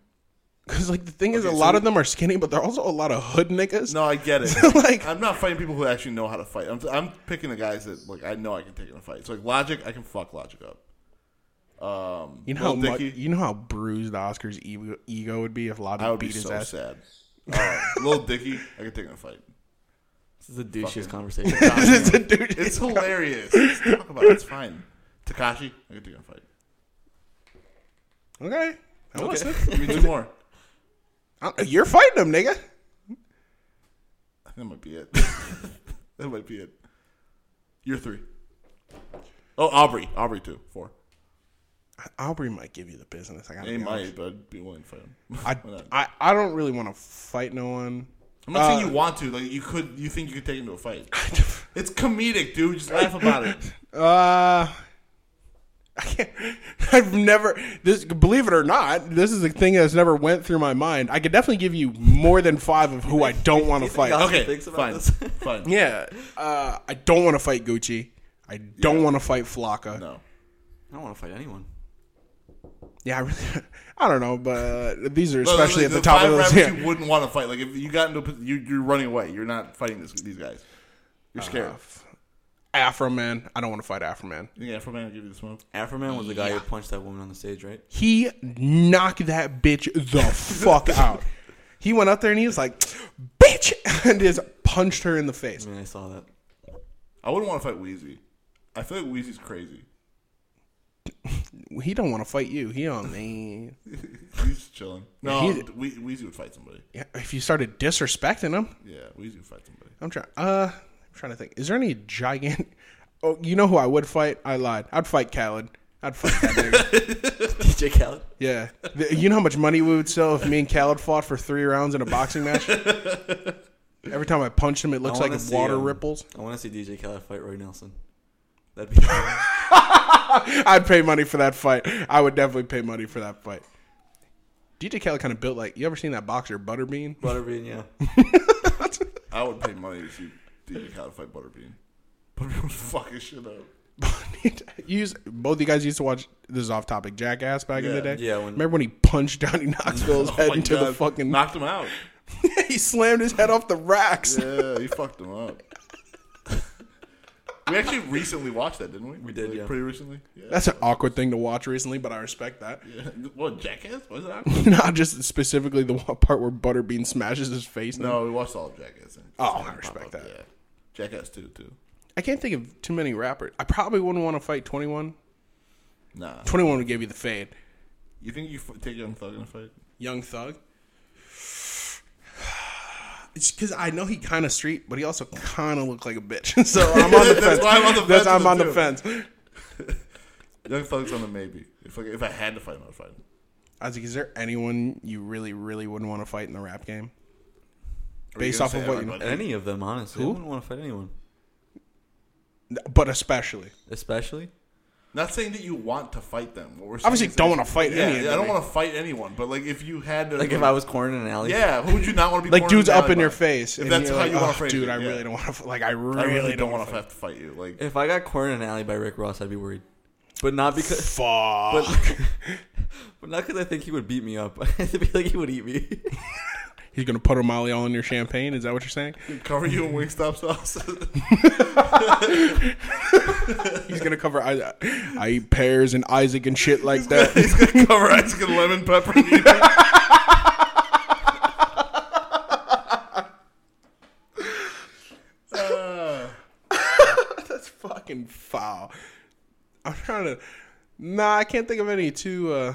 A: Because like the thing is,
C: Okay,
A: a lot
C: so-
A: of them are skinny, but they're also a lot of hood niggas.
C: No, I get it.
A: Like-
C: I'm not fighting people who actually know how to fight. I'm, I'm picking the guys that like I know I can take in a fight. So like Logic, I can fuck Logic up.
A: you know how
C: Lil
A: much,
C: Dicky.
A: you know how bruised Oscar's ego, ego would be if Logic
C: I would
A: beat
C: be
A: his
C: so
A: ass.
C: sad. Uh, Lil Dicky, I could take in a fight.
B: This is the douchiest conversation.
A: it's a dude.
C: It's hilarious. Let's talk about it. It's fine. Takashi, I could take in a fight.
A: okay. I want
B: Okay.
A: some.
C: Give me two more.
A: I- You're fighting him, nigga.
C: That might be it. that might be it. You're three. Oh, Aubrey. Aubrey, two. Four.
A: Aubrey might give you the business. I gotta
C: He
A: be honest.
C: might, but I'd be willing to fight him.
A: I,
C: Why not?
A: I, I don't really want to fight no one.
C: I'm not
A: uh,
C: saying you want to. Like you could, you think you could take him to a fight. It's comedic, dude. Just laugh about it.
A: Uh, I can't. I've never this. Believe it or not, this is a thing that's never went through my mind. I could definitely give you more than five of who I don't want to fight.
B: I'll-
C: Okay,
B: Thinks about
C: fine,
B: this.
C: fine.
A: Yeah, uh, I don't want to fight Gucci. I don't want to fight Flocka.
C: No,
B: I don't want to fight anyone.
A: Yeah, I, really, I don't know, but these are
C: No,
A: especially
C: like,
A: at the, top
C: five
A: of those.
C: rappers
A: Yeah.
C: you wouldn't want to fight. Like if you got into, a pos- you you're running away. You're not fighting this, these guys.
A: Ah,
C: You're scared.
A: Afro Man. I don't want to fight Afro Man.
C: you think Afro Man will give you the smoke?
B: Afro Man was the guy who punched that woman on the stage, right?
A: he knocked that bitch the fuck out. He went up there and he was like, "Bitch," and just punched her in the face.
B: I mean, I saw that.
C: I wouldn't want to fight Wheezy. I feel like Wheezy's crazy.
A: He don't want to fight you. He don't mean.
C: He's chilling. No,
A: He's-
C: Whe- Wheezy would fight somebody.
A: Yeah, If you started disrespecting him,
C: Yeah, Wheezy would fight somebody.
A: I'm trying. Uh, I'm trying to think. Is there any gigantic? Oh, you know who I would fight? I lied. I'd fight Khaled. I'd fight that nigga.
B: DJ Khaled.
A: Yeah. The- You know how much money we would sell if me and Khaled fought for three rounds in a boxing match? Every time I punch him, it looks
B: I
A: like
B: wanna see,
A: water
B: um,
A: ripples.
B: I want to see DJ Khaled fight Roy Nelson. That'd be.
A: I'd pay money for that fight. I would definitely pay money for that fight. DJ Khaled kind of built like you ever seen that boxer Butterbean?
B: Butterbean, yeah.
C: I would pay money to see DJ Khaled fight Butterbean. Butterbean would fuck his shit up.
A: you used, both you guys used to watch this is off topic Jackass back in the
C: Yeah,
A: day.
B: yeah, when-
A: remember when he punched Johnny Knoxville's
C: Oh
A: head
C: my
A: into the
C: God.
A: fucking?
C: knocked him out.
A: he slammed his head off the racks.
C: Yeah, he fucked him up. we actually recently watched that, didn't we? We
B: did, yeah.
C: pretty recently. Yeah.
A: That's an awkward thing to watch recently, but I respect that.
C: yeah. What Jackass? Was it? awkward?
A: Not just specifically the one part where Butterbean smashes his face. in.
C: no, we watched all of Jackass. and-
A: Oh, I respect that.
C: Yeah, Jackass two too.
A: I can't think of too many rappers. I probably wouldn't want to fight Twenty One.
C: Nah.
A: Twenty One would give you the fade.
C: You think you f- take Young Thug in a fight?
A: Young Thug. It's because I know he kind of street, but he also kind of looked like a bitch. so I'm on the
C: That's
A: fence.
C: why I'm on the
A: That's
C: fence
A: I'm
C: with
A: on
C: it,
A: the
C: too.
A: fence.
C: Young Thug's on the maybe. If like, if I had to fight him, I'd fight him.
A: Isaac, is there anyone you really, really wouldn't want to fight in the rap game?
C: Or
A: Based
C: you're
A: off
C: gonna
A: of
C: say
A: what you know.
C: everybody?
B: Any of them, honestly. I wouldn't want to fight anyone.
A: But especially,
B: Especially?
C: Not saying that you want to fight them. What we're saying
A: obviously,
C: is
A: don't
C: that-
A: want to fight
C: Yeah,
A: any of
C: yeah,
A: them.
C: I don't want to fight anyone, but like if you had to,
B: Like if I was cornered in an alley.
C: yeah, who would you not want to be?
A: like
C: cornered
A: dudes up
C: down
A: in
C: by?
A: your face.
C: If
A: and
C: that's
A: you're
C: how
A: like,
C: you want
A: "Oh,
C: to phrase
A: dude,
C: it,
A: I
C: yeah.
A: really don't want to. Like, I really,
C: I really
A: don't
C: don't want
A: want
C: to have to fight you. Like
B: If I got cornered in an alley by Rick Ross, I'd be worried. But not
A: to.
B: because.
A: Fuck.
B: But, but not because I think he would beat me up. I think like he would eat me.
A: He's gonna put O'Malley all in your champagne. Is that what you're saying?
C: cover you in Wingstop sauce.
A: He's gonna cover. I, I eat pears and Isaac and shit like that.
C: He's gonna cover Isaac in lemon pepper. and eat it.
A: That's fucking foul. I'm trying to. Nah, I can't think of any too. Uh...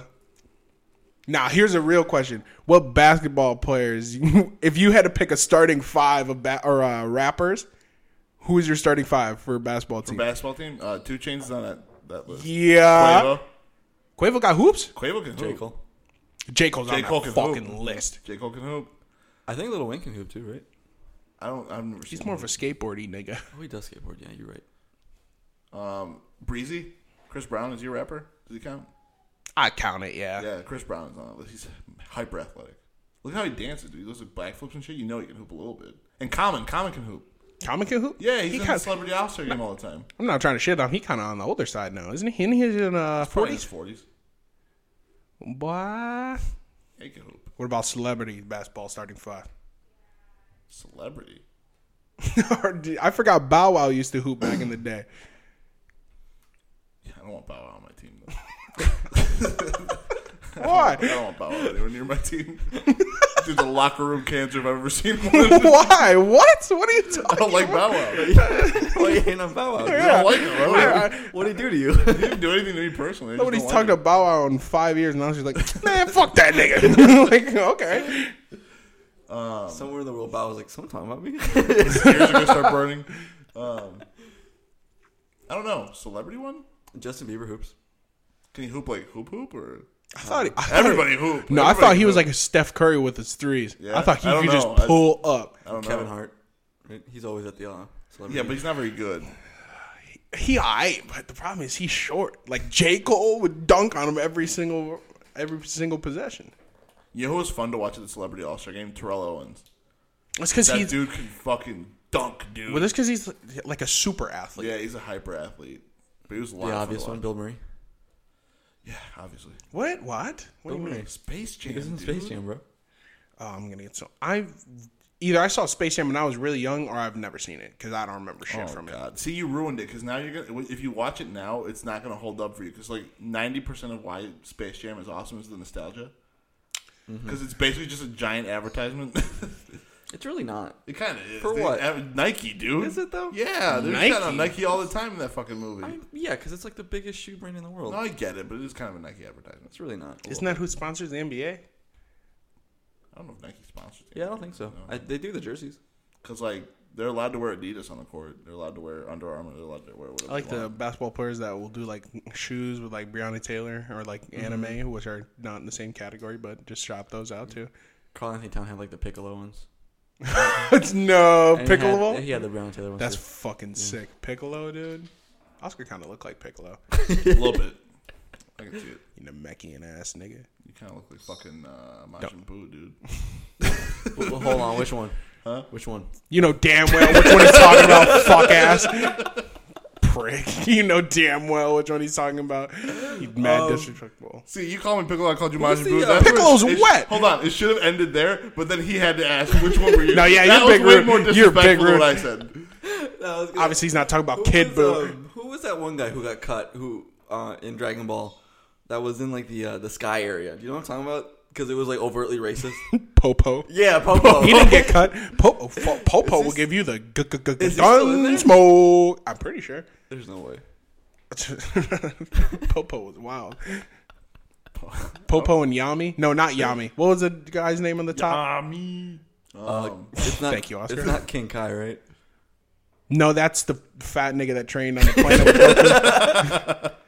A: Nah, here's a real question: What basketball players, if you had to pick a starting five of ba- or uh, rappers, who is your starting five for a basketball team?
C: Basketball team. Uh, two chains is on that that list.
A: yeah, Quavo.
C: Quavo.
A: got hoops.
C: Quavo can
B: J.
C: hoop.
B: Cole.
A: J Cole's
C: J.
A: on
C: Cole
A: that
C: can
A: fucking
C: hoop.
A: list.
C: J Cole can hoop.
B: I think Little Wayne can hoop too, right?
C: I don't. I've never seen.
A: He's more of a skateboardy nigga.
B: Oh, he does skateboard. Yeah, you're right.
C: um, Breezy. Chris Brown is your rapper. Does he count?
A: I count it. Yeah.
C: Yeah, Chris Brown is on that list. He's hyper athletic. Look how he dances, dude. Those are backflips and shit. You know he can hoop a little bit. And Common, Common can hoop.
A: Comic Hoop?
C: Yeah, he's
A: he
C: in
A: kind
C: the Celebrity All Star game all the time.
A: I'm not trying to shit on. He kind of on the older side now, isn't he? And he's in uh,
C: Probably in his
A: 40s.
C: forties.
A: Boy.
C: He can hoop.
A: What about celebrity basketball starting five?
C: Celebrity.
A: I forgot Bow Wow used to hoop back in the day.
C: Yeah, I don't want Bow Wow on my team. Though. I
A: Why?
C: don't want Bow Wow anywhere near my team. Dude, the locker room cancer if I've ever seen one.
A: Why? What? What are you talking?
C: I don't like Bow Wow.
B: Why are you hating on Bow Wow?
C: I don't like him. I don't like him.
B: What did he do to you?
C: He didn't do anything to me personally. I just
A: Nobody's
C: don't
A: talked
C: like
A: to Bow Wow in five years, and now she's like, man, fuck that nigga. like, okay.
B: Somewhere in the world, Bow was like, "Someone talking about me?"
C: him. Ears are gonna start burning. Um, I don't know. Celebrity one?
B: Justin Bieber hoops.
C: Can he hoop like hoop hoop or
A: I thought he, I thought he-
C: everybody hoop?
A: no, I
C: Everybody
A: thought he
C: hoop.
A: was like a Steph Curry with his threes.
C: Yeah,
A: I thought he
C: I don't
A: could just
C: know. I-
A: pull up.
C: I don't
B: Kevin
C: know.
B: Hart. Right? He's always at the uh, celebrity.
C: Yeah, but he's not very good.
A: He alright, but the problem is he's short. Like J Cole would dunk on him every single every single possession.
C: You know who was fun to watch at the Celebrity All Star game? Terrell Owens.
A: That's because
C: That
A: he's
C: dude can fucking dunk, dude.
A: well, that's because he's like a super athlete.
C: yeah, he's a hyper athlete. But he was a lot
B: the
C: of fun
B: obvious
C: to watch.
B: one, Bill Murray.
C: Yeah, obviously.
A: What? What? What do you mean?
C: Space Jam.
B: He was in
C: dude.
B: Space Jam, bro.
A: Oh, I'm gonna get so I either I saw Space Jam when I was really young, or I've never seen it because I don't remember shit
C: Oh
A: from it.
C: God! See, you ruined it because now you're gonna. If you watch it now, it's not gonna hold up for you because like ninety percent of why Space Jam is awesome is the nostalgia.
B: Mm-hmm.
C: Because it's basically just a giant advertisement.
B: It's really not.
C: it kind of is.
B: For
C: They-
B: what?
C: ad- Nike, dude.
B: Is it, though?
C: Yeah, they're
A: Nike?
C: shitting on Nike all the time in that fucking movie.
B: I mean, yeah, because it's like the biggest shoe brand in the world.
C: no, I get it, but it is kind of a Nike advertisement.
B: It's really not.
A: Isn't that who sponsors the NBA?
C: I don't know if Nike sponsors.
B: yeah, I don't think so. I, they do the jerseys.
C: Because like they're allowed to wear Adidas on the court. They're allowed to wear Under Armour. They're allowed to wear whatever.
A: I like
C: they
A: the
C: want.
A: basketball players that will do like shoes with like Breonna Taylor or like
B: Mm-hmm.
A: anime, which are not in the same category, but just shop those out too.
B: Carl Anthony Town had like the Piccolo ones.
A: no
B: Mm-hmm. And he had-
A: Piccolo.
B: He had the Brown Taylor ones.
A: That's
B: too.
A: fucking sick. Piccolo, dude. Oscar kind of looked like Piccolo.
C: a little bit. I can see it.
A: You Namekian ass nigga.
C: You kind of look like fucking uh, Majin Buu, dude.
B: Well, well, hold on, which one? Huh? Which one?
A: You know damn well which one he's talking about, fuck ass. Prick. You know damn well which one he's talking about. He's mad
B: Um,
A: disrespectful.
C: See, you call me Piccolo, I called you
B: was
C: Majin
B: the,
C: Buu.
B: uh,
C: That's what-
A: Piccolo's
C: it sh-
A: wet.
C: Hold on, it should have ended there, but then he had to ask which one were you.
A: No, yeah,
C: that
A: you're
C: was
A: big
C: way
A: rude.
C: more
A: You're
C: disrespectful
A: big
C: than
A: rude.
C: what I said.
B: Uh,
A: Obviously, he's not talking about Kid
B: was,
A: Boo.
B: um, who was that one guy who got cut? Who uh, in Dragon Ball that was in like the uh, the sky area? Do you know what I'm talking about? Because it was like overtly racist.
A: Popo.
B: yeah, Popo.
A: He didn't get cut. Popo, fo- Popo
B: Is
A: will
B: he-
A: give you the g- g- g-
B: Is he still in there?
A: gun smoke. I'm pretty sure.
B: There's no way.
A: Popo was wild. Popo and Yami? No, not Yami. What was the guy's name on the top?
C: Ah, Tommy.
B: Uh, it's not.
A: Thank you, Oscar.
B: It's not King Kai, right?
A: No, that's the fat nigga that trained on the plane.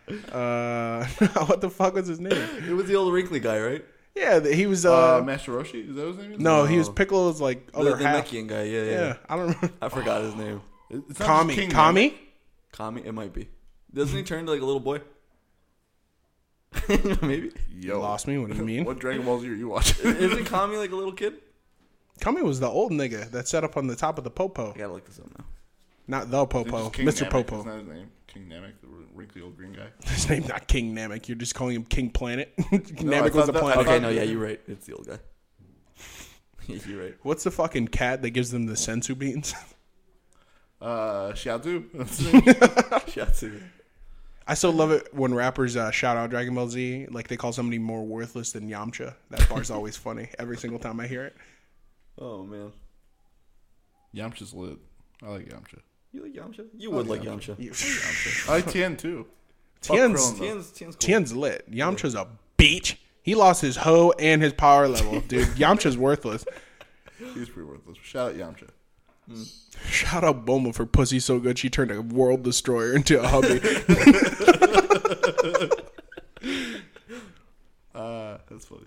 A: with Goku. uh, what the fuck was his name?
B: It was the old wrinkly guy, right?
A: Yeah, th- he was. Uh,
C: Uh, Master Roshi? Is that his name?
A: no, he was Piccolo's like
B: The,
A: other
B: the
A: half.
B: Mexican guy. Yeah, yeah.
A: Yeah,
B: yeah.
A: I don't remember.
B: I forgot his name.
C: It's not
A: Kami,
C: just King,
A: Kami.
B: Kami. It might be. Doesn't he turn to like a little boy? Maybe.
C: man. Yo.
A: Lost me. What do you mean?
C: What Dragon Balls are you watching?
B: Isn't Kami like a little kid?
A: Kami was the old nigga that sat up on the top of the popo,
B: I gotta look this up now.
A: not the popo,
C: Just King
A: Mister
C: Namek,
A: Popo.
C: That's not his name. King Namek, the wrinkly old green guy.
A: His name's not King Namek. You're just calling him King Planet.
C: I
A: Namek was
C: thought
A: the
C: that- I
A: planet.
B: Okay,
C: thought-
B: no, yeah, you're right. It's the old guy. you're right.
A: What's the fucking cat that gives them the sensu beans?
C: Uh, Xiaodu. That's his name.
B: Shatsu.
A: I still love it when rappers uh, shout out Dragon Ball Z, like they call somebody more worthless than Yamcha. That bar's always funny every single time I hear it.
B: Oh man,
C: Yamcha's lit. I like Yamcha.
B: you like Yamcha? You would like Yamcha.
A: You-
C: I like Tien too. Fuck
A: Tien's,
C: Krillin, though.
B: Tien's, Tien's cool.
A: Tien's lit. Yamcha's a beach. He lost his hoe and his power level, dude. Yamcha's worthless.
C: He's pretty worthless. Shout out Yamcha.
A: Shout out Boma for pussy so good she turned a world destroyer into a hubby.
C: Uh, that's funny.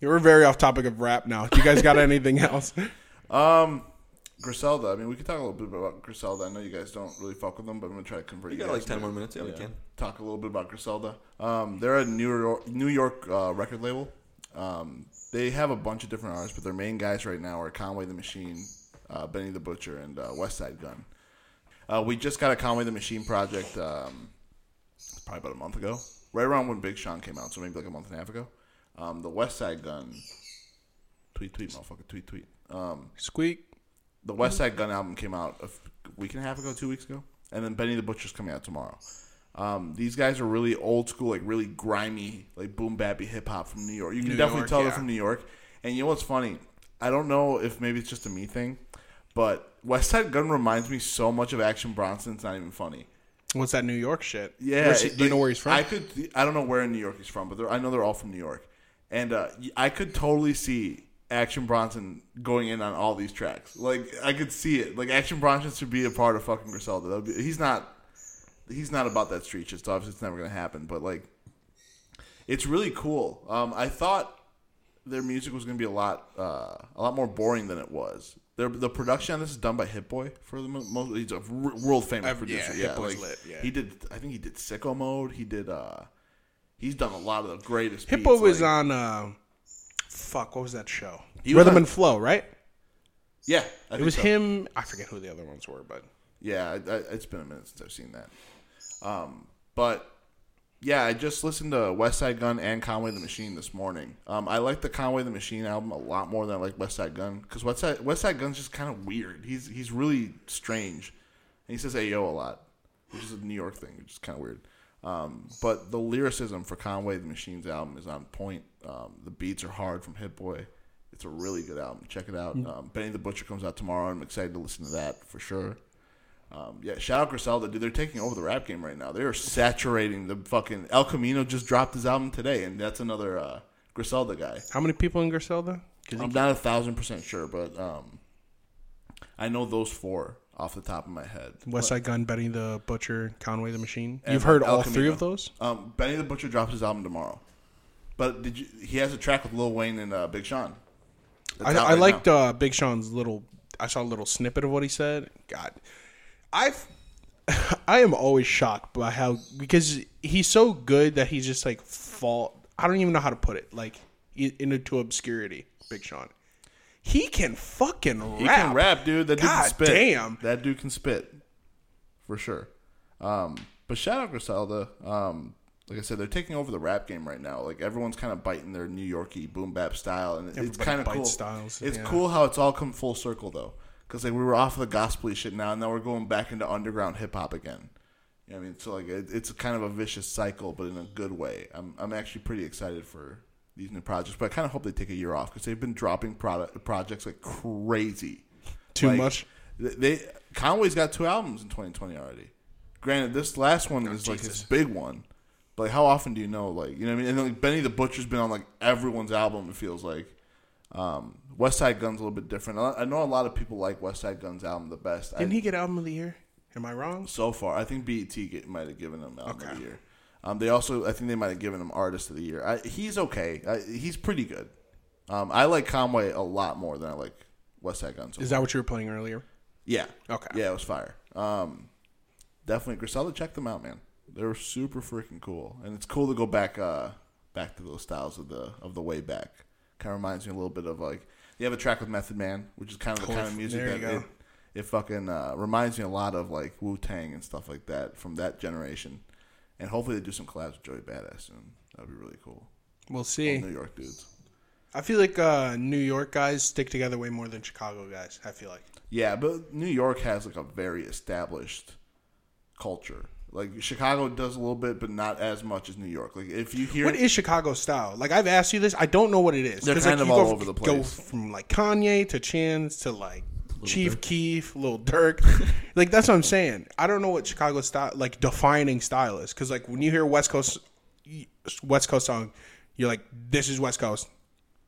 A: We're very off topic of rap now. You guys got anything else?
C: Um, Griselda. I mean, we could talk a little bit about Griselda. I know you guys don't really fuck with them, but I'm gonna try to convert you.
B: We got
C: guys
B: like ten
C: to
B: more minutes. Yeah, we can.
C: Talk a little bit about Griselda. Um, they're a New York, New York uh, record label. Um, they have a bunch of different artists, but their main guys right now are Conway the Machine, uh, Benny the Butcher, and uh, West Side Gun. Uh, we just got a Conway the Machine project um, probably about a month ago, right around when Big Sean came out, so maybe like a month and a half ago. Um, the West Side Gun, tweet tweet motherfucker, tweet tweet. Um,
A: Squeak.
C: the West Side Gun album came out a f- week and a half ago, two weeks ago, and then Benny the Butcher's coming out tomorrow. Um, these guys are really old school, like really grimy, like boom bappy hip hop from New York. You can
A: New
C: definitely
A: York,
C: tell they're
A: yeah.
C: from New York. And you know what's funny? I don't know if maybe it's just a me thing, but West Side Gun reminds me so much of Action Bronson. It's not even funny.
A: What's that New York shit?
C: Yeah,
A: Where's he-
C: it-
A: do you know
C: like,
A: where he's from?
C: I could. I don't know where in New York he's from, but they're- I know they're all from New York, and uh, y- I could totally see Action Bronson going in on all these tracks. Like I could see it. Like Action Bronson should be a part of fucking Griselda. That would be, he's not. He's not about that street shit. So obviously, it's never gonna happen. But like, it's really cool. Um, I thought their music was gonna be a lot, uh, a lot more boring than it was. Their, the production on this is done by Hit Boy for the mo- most. He's a r- world famous
A: I've- yeah,
C: producer.
A: Hit
C: Yeah,
A: Boy's
C: like,
A: lit, yeah.
C: he did. I think he did Sicko Mode. He did. uh He's done a lot of the greatest.
A: Hippo
C: beats,
A: was
C: like-
A: on. Uh, fuck, what was that show?
C: He was
A: Rhythm
C: on-
A: and Flow, right?
C: Yeah, I
A: It
C: think
A: was
C: so.
A: him. I forget who the other ones were, but
C: Yeah, I, I, it's been a minute since I've seen that. Um, but yeah, I just listened to West Side Gun and Conway the Machine this morning. Um, I like the Conway the Machine album a lot more than I like West Side Gun because West Side West Side Gun's just kind of weird. He's he's really strange, and he says "ayo" a lot, which is a New York thing, which is kind of weird. Um, but the lyricism for Conway the Machine's album is on point. Um, the beats are hard from Hit Boy. It's a really good album. Check it out. Um, Benny the Butcher comes out tomorrow. I'm excited to listen to that for sure. Um, yeah, shout out Griselda, dude. They're taking over the rap game right now. They are saturating the fucking El Camino just dropped his album today, and that's another uh, Griselda guy.
A: how many people in Griselda? 'Cause
C: I'm not a thousand percent sure, but um, I know those four off the top of my head.
A: West Side Gun, Benny the Butcher, Conway the Machine. You've heard
C: El
A: all three
C: Camino.
A: of those?
C: Um, Benny the Butcher drops his album tomorrow, but did you, he has a track with Lil Wayne and uh, Big Sean. That's
A: I,
C: out
A: I
C: right
A: liked
C: now.
A: uh, Big Sean's little. I saw a little snippet of what he said. God, I've I am always shocked by how because he's so good that he's just like fall. I don't even know how to put it. Like i- into obscurity, Big Sean. He can fucking rap.
C: He can rap, dude. That dude
A: God
C: can spit.
A: damn.
C: That dude can spit. For sure. Um, but shout out Griselda. Um, like I said, they're taking over the rap game right now. Like everyone's kind of biting their New Yorkie boom bap style, and it's
A: Everybody
C: kind of
A: bites
C: cool.
A: styles,
C: it's
A: yeah.
C: cool how it's all come full circle though, because like we were off of the gospel shit now, and now we're going back into underground hip hop again. You know what I mean, so like it, it's kind of a vicious cycle, but in a good way. I'm I'm actually pretty excited for these new projects, but I kind of hope they take a year off because they've been dropping product projects like crazy.
A: Too
C: Like,
A: much.
C: th- They Conway's got two albums in 2020 already. Granted, this last one is like his big one. But like, how often do you know? Like, you know what I mean? And then, like Benny the Butcher's been on like everyone's album. It feels like. Um, West Side Gun's a little bit different. I I know a lot of people like West Side Gun's album the best. I,
A: Didn't he get album of the year? Am I wrong?
C: so far, I think BET get, might have given him album of
A: Okay.
C: the year. Um, they also, I think they might have given him artist of the year. I, he's okay. I, he's pretty good. Um, I like Conway a lot more than I like West Side Gun. So
A: Is that what you were playing earlier?
C: yeah.
A: Okay.
C: Yeah, it was fire. Um, definitely Griselda. Check them out, man. They were super freaking cool, and it's cool to go back, uh, back to those styles of the of the way back. Kind of reminds me a little bit of like you have a track with Method Man, which is kind of the kind of music
A: There you
C: that it,
A: go.
C: it fucking uh, reminds me a lot of like Wu Tang and stuff like that from that generation. And hopefully they do some collabs with Joey Badass soon. That'd be really cool.
A: We'll see.
C: New York dudes.
A: I feel like uh, New York guys stick together way more than Chicago guys. I feel like.
C: Yeah, but New York has like a very established culture. Like Chicago does a little bit, but not as much as New York. Like if you hear,
A: What is Chicago style? Like I've asked you this, I don't know what it is.
C: They're
A: 'Cause,
C: kind
A: like,
C: of
A: you
C: all
A: go,
C: over the
A: Go
C: place.
A: from like Kanye to Chance to like Chief Keef, Lil Durk. like that's what I'm saying. I don't know what Chicago style, like defining style is, because like when you hear West Coast, West Coast song, you're like, this is West Coast.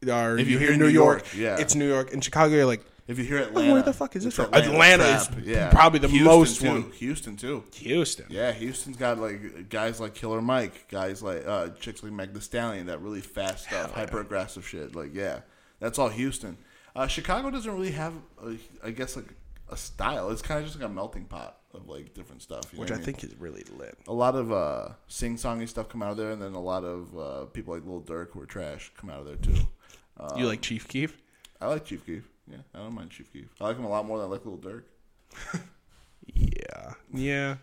A: Or
C: If you hear
A: New
C: New
A: York,
C: York, yeah.
A: it's New York. In Chicago, you're like,
C: if you hear Atlanta,
A: where the fuck is this
C: it's
A: from? Atlanta is
C: trap,
A: probably the
C: Houston,
A: most
C: too.
A: one.
C: Houston too.
A: Houston.
C: Yeah, Houston's got like guys like Killer Mike, guys like uh, chicks like Meg The Stallion, that really fast stuff, hyper aggressive shit. Like, yeah, that's all Houston. Uh, Chicago doesn't really have, a, I guess, like a style. It's kind of just like a melting pot of like different stuff. you know
A: which
C: what
A: I
C: mean?
A: think is really lit.
C: a lot of uh, sing songy stuff come out of there, and then a lot of uh, people like Lil Durk who are trash come out of there too. Uh,
A: you like Chief Keef?
C: I like Chief Keef. Yeah, I don't mind Chief Keef. I like him a lot more than I like Lil Durk.
A: Yeah, yeah. Uh,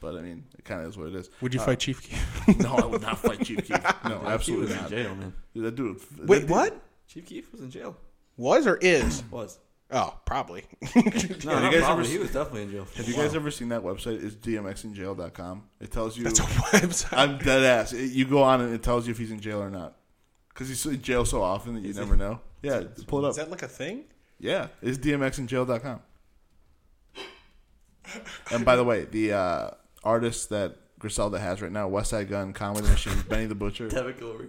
C: But I mean, it kind of is what it is.
A: Would you fight Chief Keef?
C: No, I would not fight Chief Keef. No, absolutely
B: Chief
C: not.
B: was in jail, man.
C: Dude, that dude. that
A: Wait,
C: dude-
A: what?
B: Chief Keef was in jail.
A: Was or is?
B: Was.
A: Oh, probably.
B: No,
C: you
B: not
C: guys
B: probably.
C: ever-
B: he was definitely in jail.
C: Have you guys ever seen that website? It's dmxinjail.com. It tells you.
A: That's a website.
C: I'm dead ass. It- you go on and it tells you if he's in jail or not. Because he's in jail so often that you never know. Yeah, pull it up.
A: Is that like a thing?
C: Yeah, it's dmxinjail.com. And by the way, the uh, artists that Griselda has right now, West Side Gun, Conway the Machine, Benny the Butcher,
B: David Glory.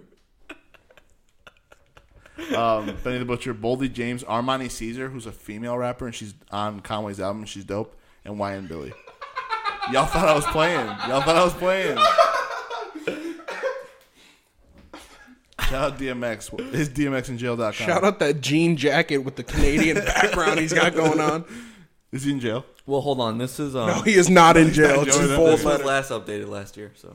C: um, Benny the Butcher, Boldy James, Armani Caesar, who's a female rapper, and she's on Conway's album. She's dope, and Wyan Billy. Y'all thought I was playing. Y'all thought I was playing. Shout out DMX. It's DMXinjail.com.
A: Shout out that jean jacket with the Canadian background he's got going on.
C: Is he in jail?
B: Well, hold on. This is um.
A: No, he is not in jail. It's
C: Joey,
A: in
C: that
A: bold
B: this was
A: letters.
B: last updated last year, so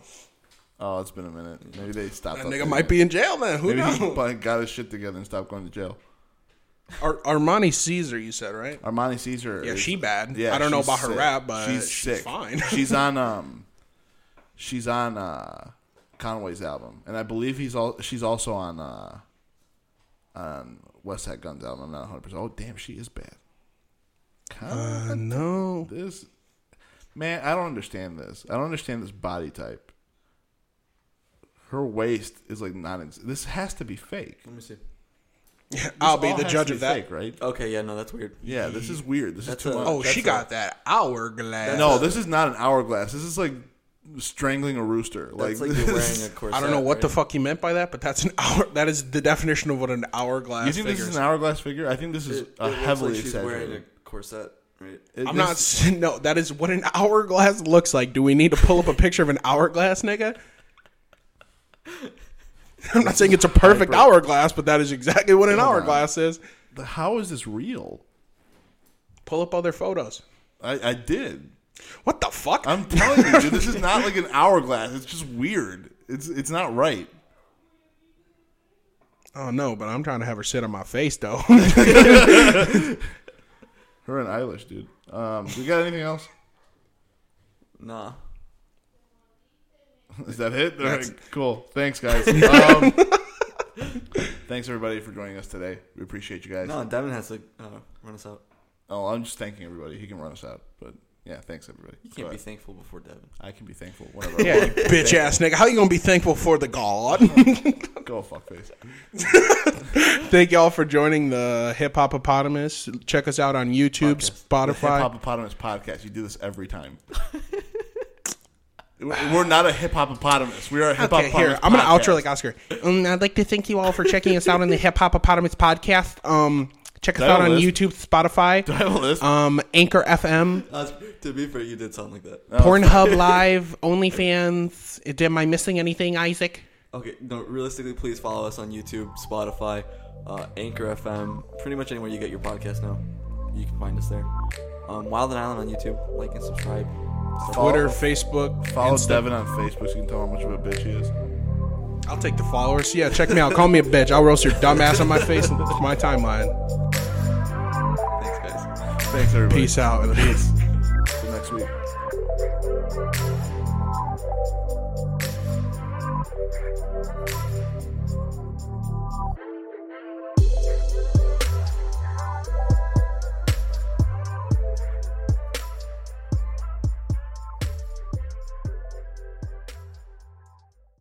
C: Oh, it's been a minute. Maybe they stopped.
A: That
C: up
A: nigga
C: there.
A: might be in jail, man. Who
C: Maybe
A: knows?
C: he finally got his shit together and stopped going to jail.
A: Ar- Armani Caesar, you said right?
C: Armani Caesar.
A: Yeah,
C: is-
A: she bad.
C: Yeah,
A: I don't know
C: she's
A: about her
C: sick.
A: rap, but
C: she's, sick.
A: fine.
C: she's on um, she's on uh, Conway's album, and I believe he's all. She's also on uh, on West Side Guns album. I'm not 100. percent Oh damn, she is bad. Con-
A: uh, no.
C: this man, I don't understand this. I don't understand this body type. Her waist is like not. Ex- this has to be fake.
B: let me see.
A: I'll
C: This
A: be
C: all
A: the
C: has
A: judge
C: to
A: of
C: be
A: that.
C: fake, right?
B: Okay, yeah, no, that's weird.
C: Yeah, this is weird. This
B: That's
C: is too
B: a-
C: much.
A: Oh,
B: That's
A: she
B: a-
A: got that hourglass.
C: No, this is not an hourglass. This is like strangling a rooster.
B: That's
C: Like,
B: like, you're wearing a corset.
A: I don't know what the
B: right?
A: fuck he meant by that, but that's an hour. That is the definition of what an hourglass.
C: you think this is
A: figures.
C: an hourglass figure? I think this is
B: It, it
C: a
B: looks
C: heavily
B: like she's wearing a
C: exaggerated.
B: corset, right?
C: It-
A: I'm
C: this-
A: not. s- No, that is what an hourglass looks like. Do we need to pull up a picture of an hourglass, nigga? I'm not saying it's a perfect hourglass, but that is exactly what an hourglass is.
C: the- How is this real?
A: Pull up other photos.
C: I, I did.
A: What the fuck?
C: I'm telling you, dude, this is not like an hourglass. It's just weird. It's it's not right.
A: oh no, but I'm trying to have her sit on my face though.
C: Her and Eilish, dude. Um, we got anything else?
B: Nah.
C: Is that it? All
A: That's-
C: right, cool. Thanks, guys. Um, thanks everybody for joining us today. We appreciate you guys.
B: No, Devin has to uh, run us out.
C: Oh, I'm just thanking everybody. He can run us out, but yeah, thanks everybody.
B: You can't
C: Go
B: be
C: ahead.
B: thankful before Devin.
C: I can be thankful. Whatever. I
A: yeah,
C: want.
A: you bitch ass nigga. How you gonna be thankful for the God?
C: Go fuckface.
A: Thank y'all for joining the Hip Hop Hippopotamus. Check us out on YouTube,
B: Podcast.
C: Hip
A: Spotify.
C: Hippopotamus podcast. You do this every time. We're we're not a hip hippopotamus. We are a hip
A: Okay, here
C: hippopotamus.
A: I'm gonna outro
C: podcast.
A: like Oscar. Um, I'd like to thank you all for checking us out on the Hip Hop Hippopotamus podcast. Um, check us
C: That
A: out
C: a
A: on
C: list?
A: YouTube, Spotify,
C: I have a list.
A: um, Anchor FM,
B: Uh, to be fair, you did sound like that.
A: Pornhub Live, OnlyFans. Am I missing anything, Isaac?
B: Okay, no, realistically, please follow us on YouTube, Spotify, uh, Anchor FM, pretty much anywhere you get your podcast now. You can find us there. Um, Wild and Island on YouTube. Like and subscribe. Stuff
C: Follow-
A: Twitter, Facebook,
C: Follow
A: Insta.
C: Devin on Facebook so you can tell how much of a bitch he is.
A: I'll take the followers. Yeah, check me out. Call me a bitch. I'll roast your dumb ass on my face. It's my timeline.
B: Thanks, guys.
C: Thanks everybody.
A: Peace out.
C: Peace.